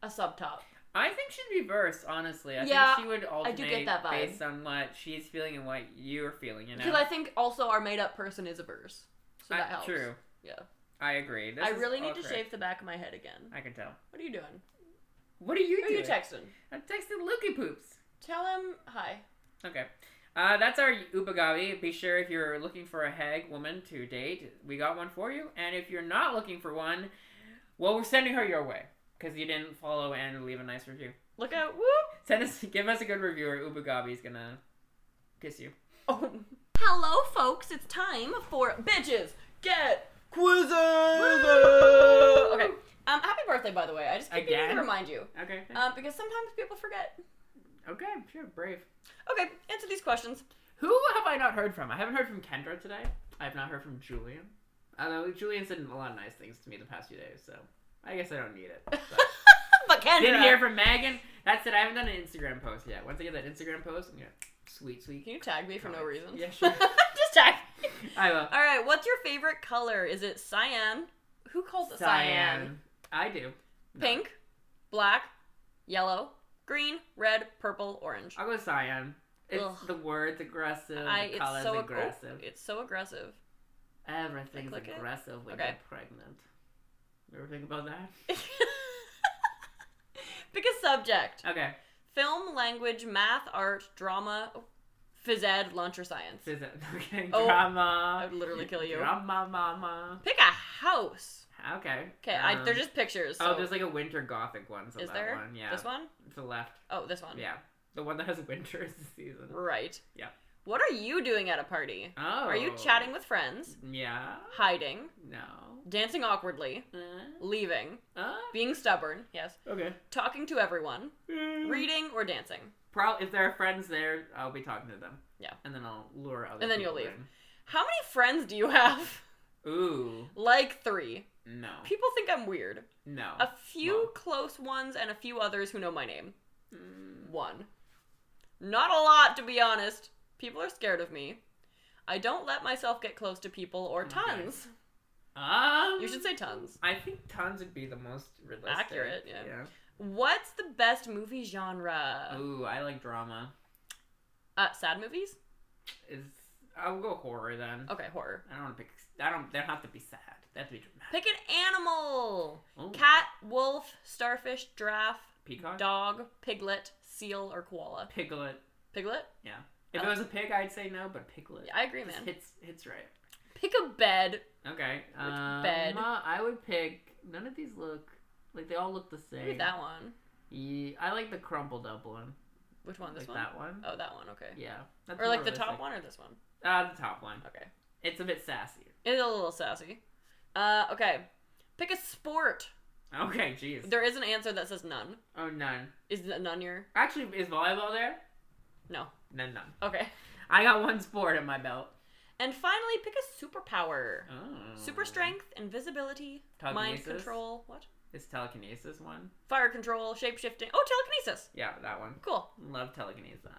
[SPEAKER 1] a sub top.
[SPEAKER 2] I think she'd be verse, honestly. I
[SPEAKER 1] Yeah,
[SPEAKER 2] think she would
[SPEAKER 1] I
[SPEAKER 2] alternate
[SPEAKER 1] do get that vibe.
[SPEAKER 2] based on what she's feeling and what you're feeling, you know?
[SPEAKER 1] Because I think also our made up person is a verse. So
[SPEAKER 2] I-
[SPEAKER 1] that helps.
[SPEAKER 2] True.
[SPEAKER 1] Yeah.
[SPEAKER 2] I agree. This
[SPEAKER 1] I
[SPEAKER 2] is
[SPEAKER 1] really
[SPEAKER 2] all
[SPEAKER 1] need to
[SPEAKER 2] correct.
[SPEAKER 1] shave the back of my head again.
[SPEAKER 2] I can tell.
[SPEAKER 1] What are you doing?
[SPEAKER 2] What are you
[SPEAKER 1] Who are you
[SPEAKER 2] doing?
[SPEAKER 1] texting?
[SPEAKER 2] I'm texting Lukey Poops.
[SPEAKER 1] Tell him hi.
[SPEAKER 2] Okay. Uh, that's our Upagavi. Be sure if you're looking for a hag woman to date, we got one for you. And if you're not looking for one, well, we're sending her your way because you didn't follow and leave a nice review.
[SPEAKER 1] Look out. Whoop.
[SPEAKER 2] Send us, give us a good review, or Upagavi's gonna kiss you.
[SPEAKER 1] Oh. Hello, folks. It's time for bitches get quizzes. okay. Um, happy birthday, by the way. I just keep needing
[SPEAKER 2] Again?
[SPEAKER 1] to remind you.
[SPEAKER 2] Okay.
[SPEAKER 1] Um, because sometimes people forget.
[SPEAKER 2] okay. Sure. Brave.
[SPEAKER 1] Okay, answer these questions.
[SPEAKER 2] Who have I not heard from? I haven't heard from Kendra today. I have not heard from Julian. Although Julian said a lot of nice things to me the past few days, so I guess I don't need it. But-
[SPEAKER 1] But Kendra.
[SPEAKER 2] Didn't hear from Megan. That's it. I haven't done an Instagram post yet. Once I get that Instagram post, I'm gonna sweet sweet.
[SPEAKER 1] Can you tag me for no
[SPEAKER 2] Comments.
[SPEAKER 1] reason?
[SPEAKER 2] Yeah, sure.
[SPEAKER 1] Just tag. me.
[SPEAKER 2] I will.
[SPEAKER 1] All right, what's your favorite color? Is it cyan? Who calls it cyan?
[SPEAKER 2] I do.
[SPEAKER 1] Pink, black, yellow, green, red, purple, orange.
[SPEAKER 2] I'll go cyan. It's
[SPEAKER 1] Ugh.
[SPEAKER 2] the words aggressive.
[SPEAKER 1] I
[SPEAKER 2] the
[SPEAKER 1] it's
[SPEAKER 2] colors
[SPEAKER 1] so ag- oh,
[SPEAKER 2] aggressive.
[SPEAKER 1] it's so aggressive.
[SPEAKER 2] Everything's
[SPEAKER 1] Click it?
[SPEAKER 2] aggressive when
[SPEAKER 1] Okay.
[SPEAKER 2] you're pregnant. You ever think about that?
[SPEAKER 1] Pick a subject:
[SPEAKER 2] Okay.
[SPEAKER 1] film, language, math, art, drama, phys ed, lunch, or science.
[SPEAKER 2] This is it. Okay.
[SPEAKER 1] Oh,
[SPEAKER 2] Drama.
[SPEAKER 1] I would literally kill you.
[SPEAKER 2] Drama, mama.
[SPEAKER 1] Pick a house.
[SPEAKER 2] Okay.
[SPEAKER 1] Okay, I, they're just pictures. So.
[SPEAKER 2] Oh, there's like a winter gothic one. So
[SPEAKER 1] is
[SPEAKER 2] that
[SPEAKER 1] there
[SPEAKER 2] one? Yeah.
[SPEAKER 1] this one?
[SPEAKER 2] It's the left.
[SPEAKER 1] Oh, this one.
[SPEAKER 2] Yeah. The one that has winter is the season.
[SPEAKER 1] Right.
[SPEAKER 2] Yeah.
[SPEAKER 1] What are you doing at a party?
[SPEAKER 2] Oh.
[SPEAKER 1] Are you chatting with friends?
[SPEAKER 2] Yeah.
[SPEAKER 1] Hiding?
[SPEAKER 2] No.
[SPEAKER 1] Dancing awkwardly?
[SPEAKER 2] Uh,
[SPEAKER 1] Leaving?
[SPEAKER 2] uh,
[SPEAKER 1] Being stubborn? Yes.
[SPEAKER 2] okay.
[SPEAKER 1] Talking to everyone?
[SPEAKER 2] Read.
[SPEAKER 1] Reading or dancing?
[SPEAKER 2] Pro- if there are friends there, I'll be talking to them.
[SPEAKER 1] Yeah.
[SPEAKER 2] And then I'll lure other.
[SPEAKER 1] And then you'll
[SPEAKER 2] people
[SPEAKER 1] leave. How many friends do you have?
[SPEAKER 2] in. Ooh.
[SPEAKER 1] Like three.
[SPEAKER 2] No.
[SPEAKER 1] People think I'm weird.
[SPEAKER 2] No.
[SPEAKER 1] A few
[SPEAKER 2] Well.
[SPEAKER 1] close ones and a few others who know my name.
[SPEAKER 2] Mm,
[SPEAKER 1] One. Not a lot, to be honest. People are scared of me. I don't let myself get close to people or
[SPEAKER 2] Okay.
[SPEAKER 1] tons.
[SPEAKER 2] Um.
[SPEAKER 1] You should say tons.
[SPEAKER 2] I think tons would be the most realistic.
[SPEAKER 1] Accurate, yeah. Uh. What's the best movie genre?
[SPEAKER 2] Ooh, I like drama.
[SPEAKER 1] Uh, sad movies?
[SPEAKER 2] Is I'll go horror then.
[SPEAKER 1] Okay, horror.
[SPEAKER 2] I don't want to pick. I don't. They don't have to be sad. They have to be dramatic.
[SPEAKER 1] Pick an animal
[SPEAKER 2] Ooh,
[SPEAKER 1] cat, wolf, starfish, giraffe,
[SPEAKER 2] Peacock.
[SPEAKER 1] dog, piglet, seal, or koala.
[SPEAKER 2] Piglet.
[SPEAKER 1] Piglet?
[SPEAKER 2] If
[SPEAKER 1] I
[SPEAKER 2] it was a pig, I'd say no, but piglet.
[SPEAKER 1] Oh. Yeah, I agree,
[SPEAKER 2] Just
[SPEAKER 1] man.
[SPEAKER 2] hits hits right.
[SPEAKER 1] Pick a bed.
[SPEAKER 2] Okay. Um,
[SPEAKER 1] bed?
[SPEAKER 2] uh, I would pick. None of these look like they all look the same.
[SPEAKER 1] Maybe that one.
[SPEAKER 2] Yeah, I like the crumpled up one.
[SPEAKER 1] Which one? This
[SPEAKER 2] like
[SPEAKER 1] one?
[SPEAKER 2] that one.
[SPEAKER 1] Oh, that one, okay.
[SPEAKER 2] Yeah. That's
[SPEAKER 1] or
[SPEAKER 2] more
[SPEAKER 1] like the top
[SPEAKER 2] realistic.
[SPEAKER 1] one or this one?
[SPEAKER 2] Uh, the top one.
[SPEAKER 1] Okay.
[SPEAKER 2] It's a bit sassy.
[SPEAKER 1] It's a little sassy. Uh, okay. Pick a sport.
[SPEAKER 2] Okay, jeez.
[SPEAKER 1] There is an answer that says none.
[SPEAKER 2] Oh, none.
[SPEAKER 1] Is that none your?
[SPEAKER 2] Actually, is volleyball there?
[SPEAKER 1] No.
[SPEAKER 2] No, none.
[SPEAKER 1] Okay.
[SPEAKER 2] I got one sport in my belt.
[SPEAKER 1] And finally, pick a superpower.
[SPEAKER 2] Oh.
[SPEAKER 1] Super strength, invisibility, mind
[SPEAKER 2] Telekinesis?
[SPEAKER 1] control, what?
[SPEAKER 2] Is telekinesis one?
[SPEAKER 1] Fire control, shape shifting. Oh, telekinesis.
[SPEAKER 2] Yeah, that one.
[SPEAKER 1] Cool.
[SPEAKER 2] Love telekinesis.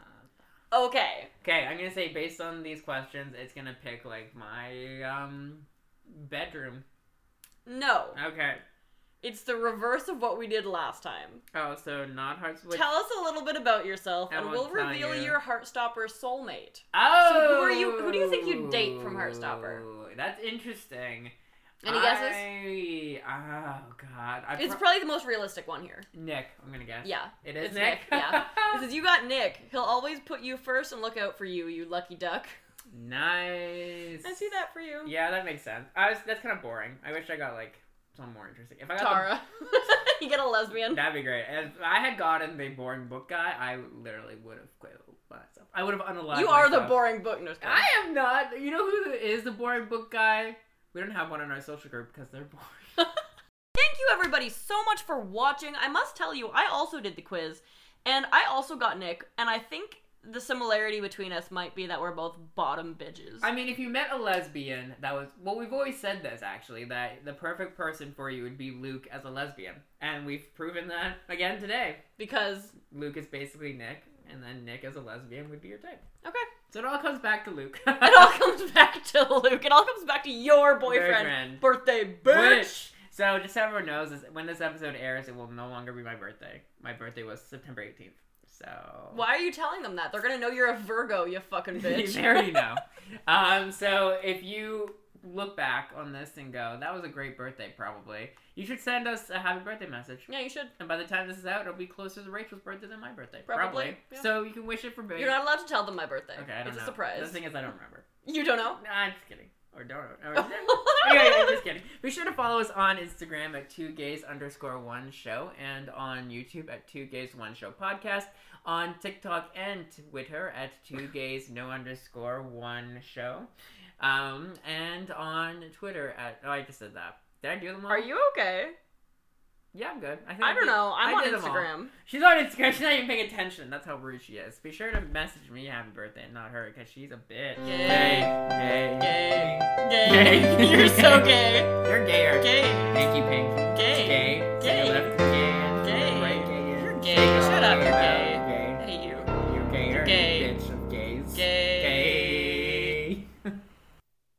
[SPEAKER 1] Okay.
[SPEAKER 2] Okay, I'm gonna say based on these questions, it's gonna pick like my um bedroom.
[SPEAKER 1] No.
[SPEAKER 2] Okay.
[SPEAKER 1] It's the reverse of what we did last time.
[SPEAKER 2] Oh, so not Heartstopper.
[SPEAKER 1] Tell us a little bit about yourself,
[SPEAKER 2] I
[SPEAKER 1] and
[SPEAKER 2] won't
[SPEAKER 1] we'll
[SPEAKER 2] tell
[SPEAKER 1] reveal
[SPEAKER 2] you.
[SPEAKER 1] your Heartstopper soulmate.
[SPEAKER 2] oh,
[SPEAKER 1] So who are you- who do you think you'd date from Heartstopper?
[SPEAKER 2] That's interesting.
[SPEAKER 1] Any guesses?
[SPEAKER 2] I- oh God, I
[SPEAKER 1] It's
[SPEAKER 2] pro-
[SPEAKER 1] probably the most realistic one here.
[SPEAKER 2] Nick. I'm gonna guess.
[SPEAKER 1] Yeah.
[SPEAKER 2] it is
[SPEAKER 1] it's
[SPEAKER 2] Nick.
[SPEAKER 1] Nick, yeah. Because you got Nick. He'll always put you first and look out for you, you lucky duck.
[SPEAKER 2] nice.
[SPEAKER 1] I see that for you.
[SPEAKER 2] Yeah, that makes sense. I was. That's kind of boring. I wish I got like something more interesting. If I got the-
[SPEAKER 1] Tara. you get a lesbian.
[SPEAKER 2] That'd be great. And if I had gotten the boring book guy, I literally would have quit myself. I would have unalived.
[SPEAKER 1] you are the
[SPEAKER 2] myself.
[SPEAKER 1] boring book nurse.
[SPEAKER 2] I am not. You know who is the boring book guy? We don't have one in our social group because they're boring.
[SPEAKER 1] Thank you everybody so much for watching. I must tell you, I also did the quiz and I also got Nick, and I think the similarity between us might be that we're both bottom bitches.
[SPEAKER 2] I mean, if you met a lesbian, that was well. We've always said this actually that the perfect person for you would be Luke as a lesbian, and we've proven that again today.
[SPEAKER 1] because
[SPEAKER 2] Luke is basically Nick, and then Nick as a lesbian would be your type.
[SPEAKER 1] okay,
[SPEAKER 2] So it all comes back to Luke.
[SPEAKER 1] it all comes back to Luke. It all comes back to your boyfriend,
[SPEAKER 2] Boyfriend.
[SPEAKER 1] birthday bitch.
[SPEAKER 2] Which- So just so everyone knows, is when this episode airs, it will no longer be my birthday. My birthday was September 18th. So
[SPEAKER 1] Why are you telling them that? They're gonna know you're a Virgo, you fucking bitch.
[SPEAKER 2] they already know. um, so if you look back on this and go, that was a great birthday, probably you should send us a happy birthday message.
[SPEAKER 1] yeah, you should.
[SPEAKER 2] And by the time this is out, it'll be closer to Rachel's birthday than my birthday,
[SPEAKER 1] Probably, yeah.
[SPEAKER 2] So you can wish it for me.
[SPEAKER 1] You're not allowed to tell them my birthday.
[SPEAKER 2] okay, I don't
[SPEAKER 1] it's
[SPEAKER 2] know.
[SPEAKER 1] a surprise.
[SPEAKER 2] The thing is, I don't remember.
[SPEAKER 1] You don't know.
[SPEAKER 2] Nah, I'm just kidding. Or don't.
[SPEAKER 1] Oh.
[SPEAKER 2] Or, okay, I'm just kidding. Be sure to follow us on Instagram at two gays underscore one show and on YouTube at two gays one show podcast, on TikTok and Twitter at two gays no underscore one show, um, and on Twitter at oh I just said that. Did I do them all?
[SPEAKER 1] Are you okay?
[SPEAKER 2] Yeah, I'm good. I, think
[SPEAKER 1] I don't
[SPEAKER 2] did-
[SPEAKER 1] know. I'm
[SPEAKER 2] I
[SPEAKER 1] on
[SPEAKER 2] did them all.
[SPEAKER 1] Instagram.
[SPEAKER 2] She's on Instagram. She's not even paying attention. That's how rude she is. Be sure to message me happy birthday and not her because she's a bitch.
[SPEAKER 1] Gay.
[SPEAKER 2] Gay.
[SPEAKER 1] Gay.
[SPEAKER 2] Gay.
[SPEAKER 1] You're so gay.
[SPEAKER 2] You're gayer.
[SPEAKER 1] Gay.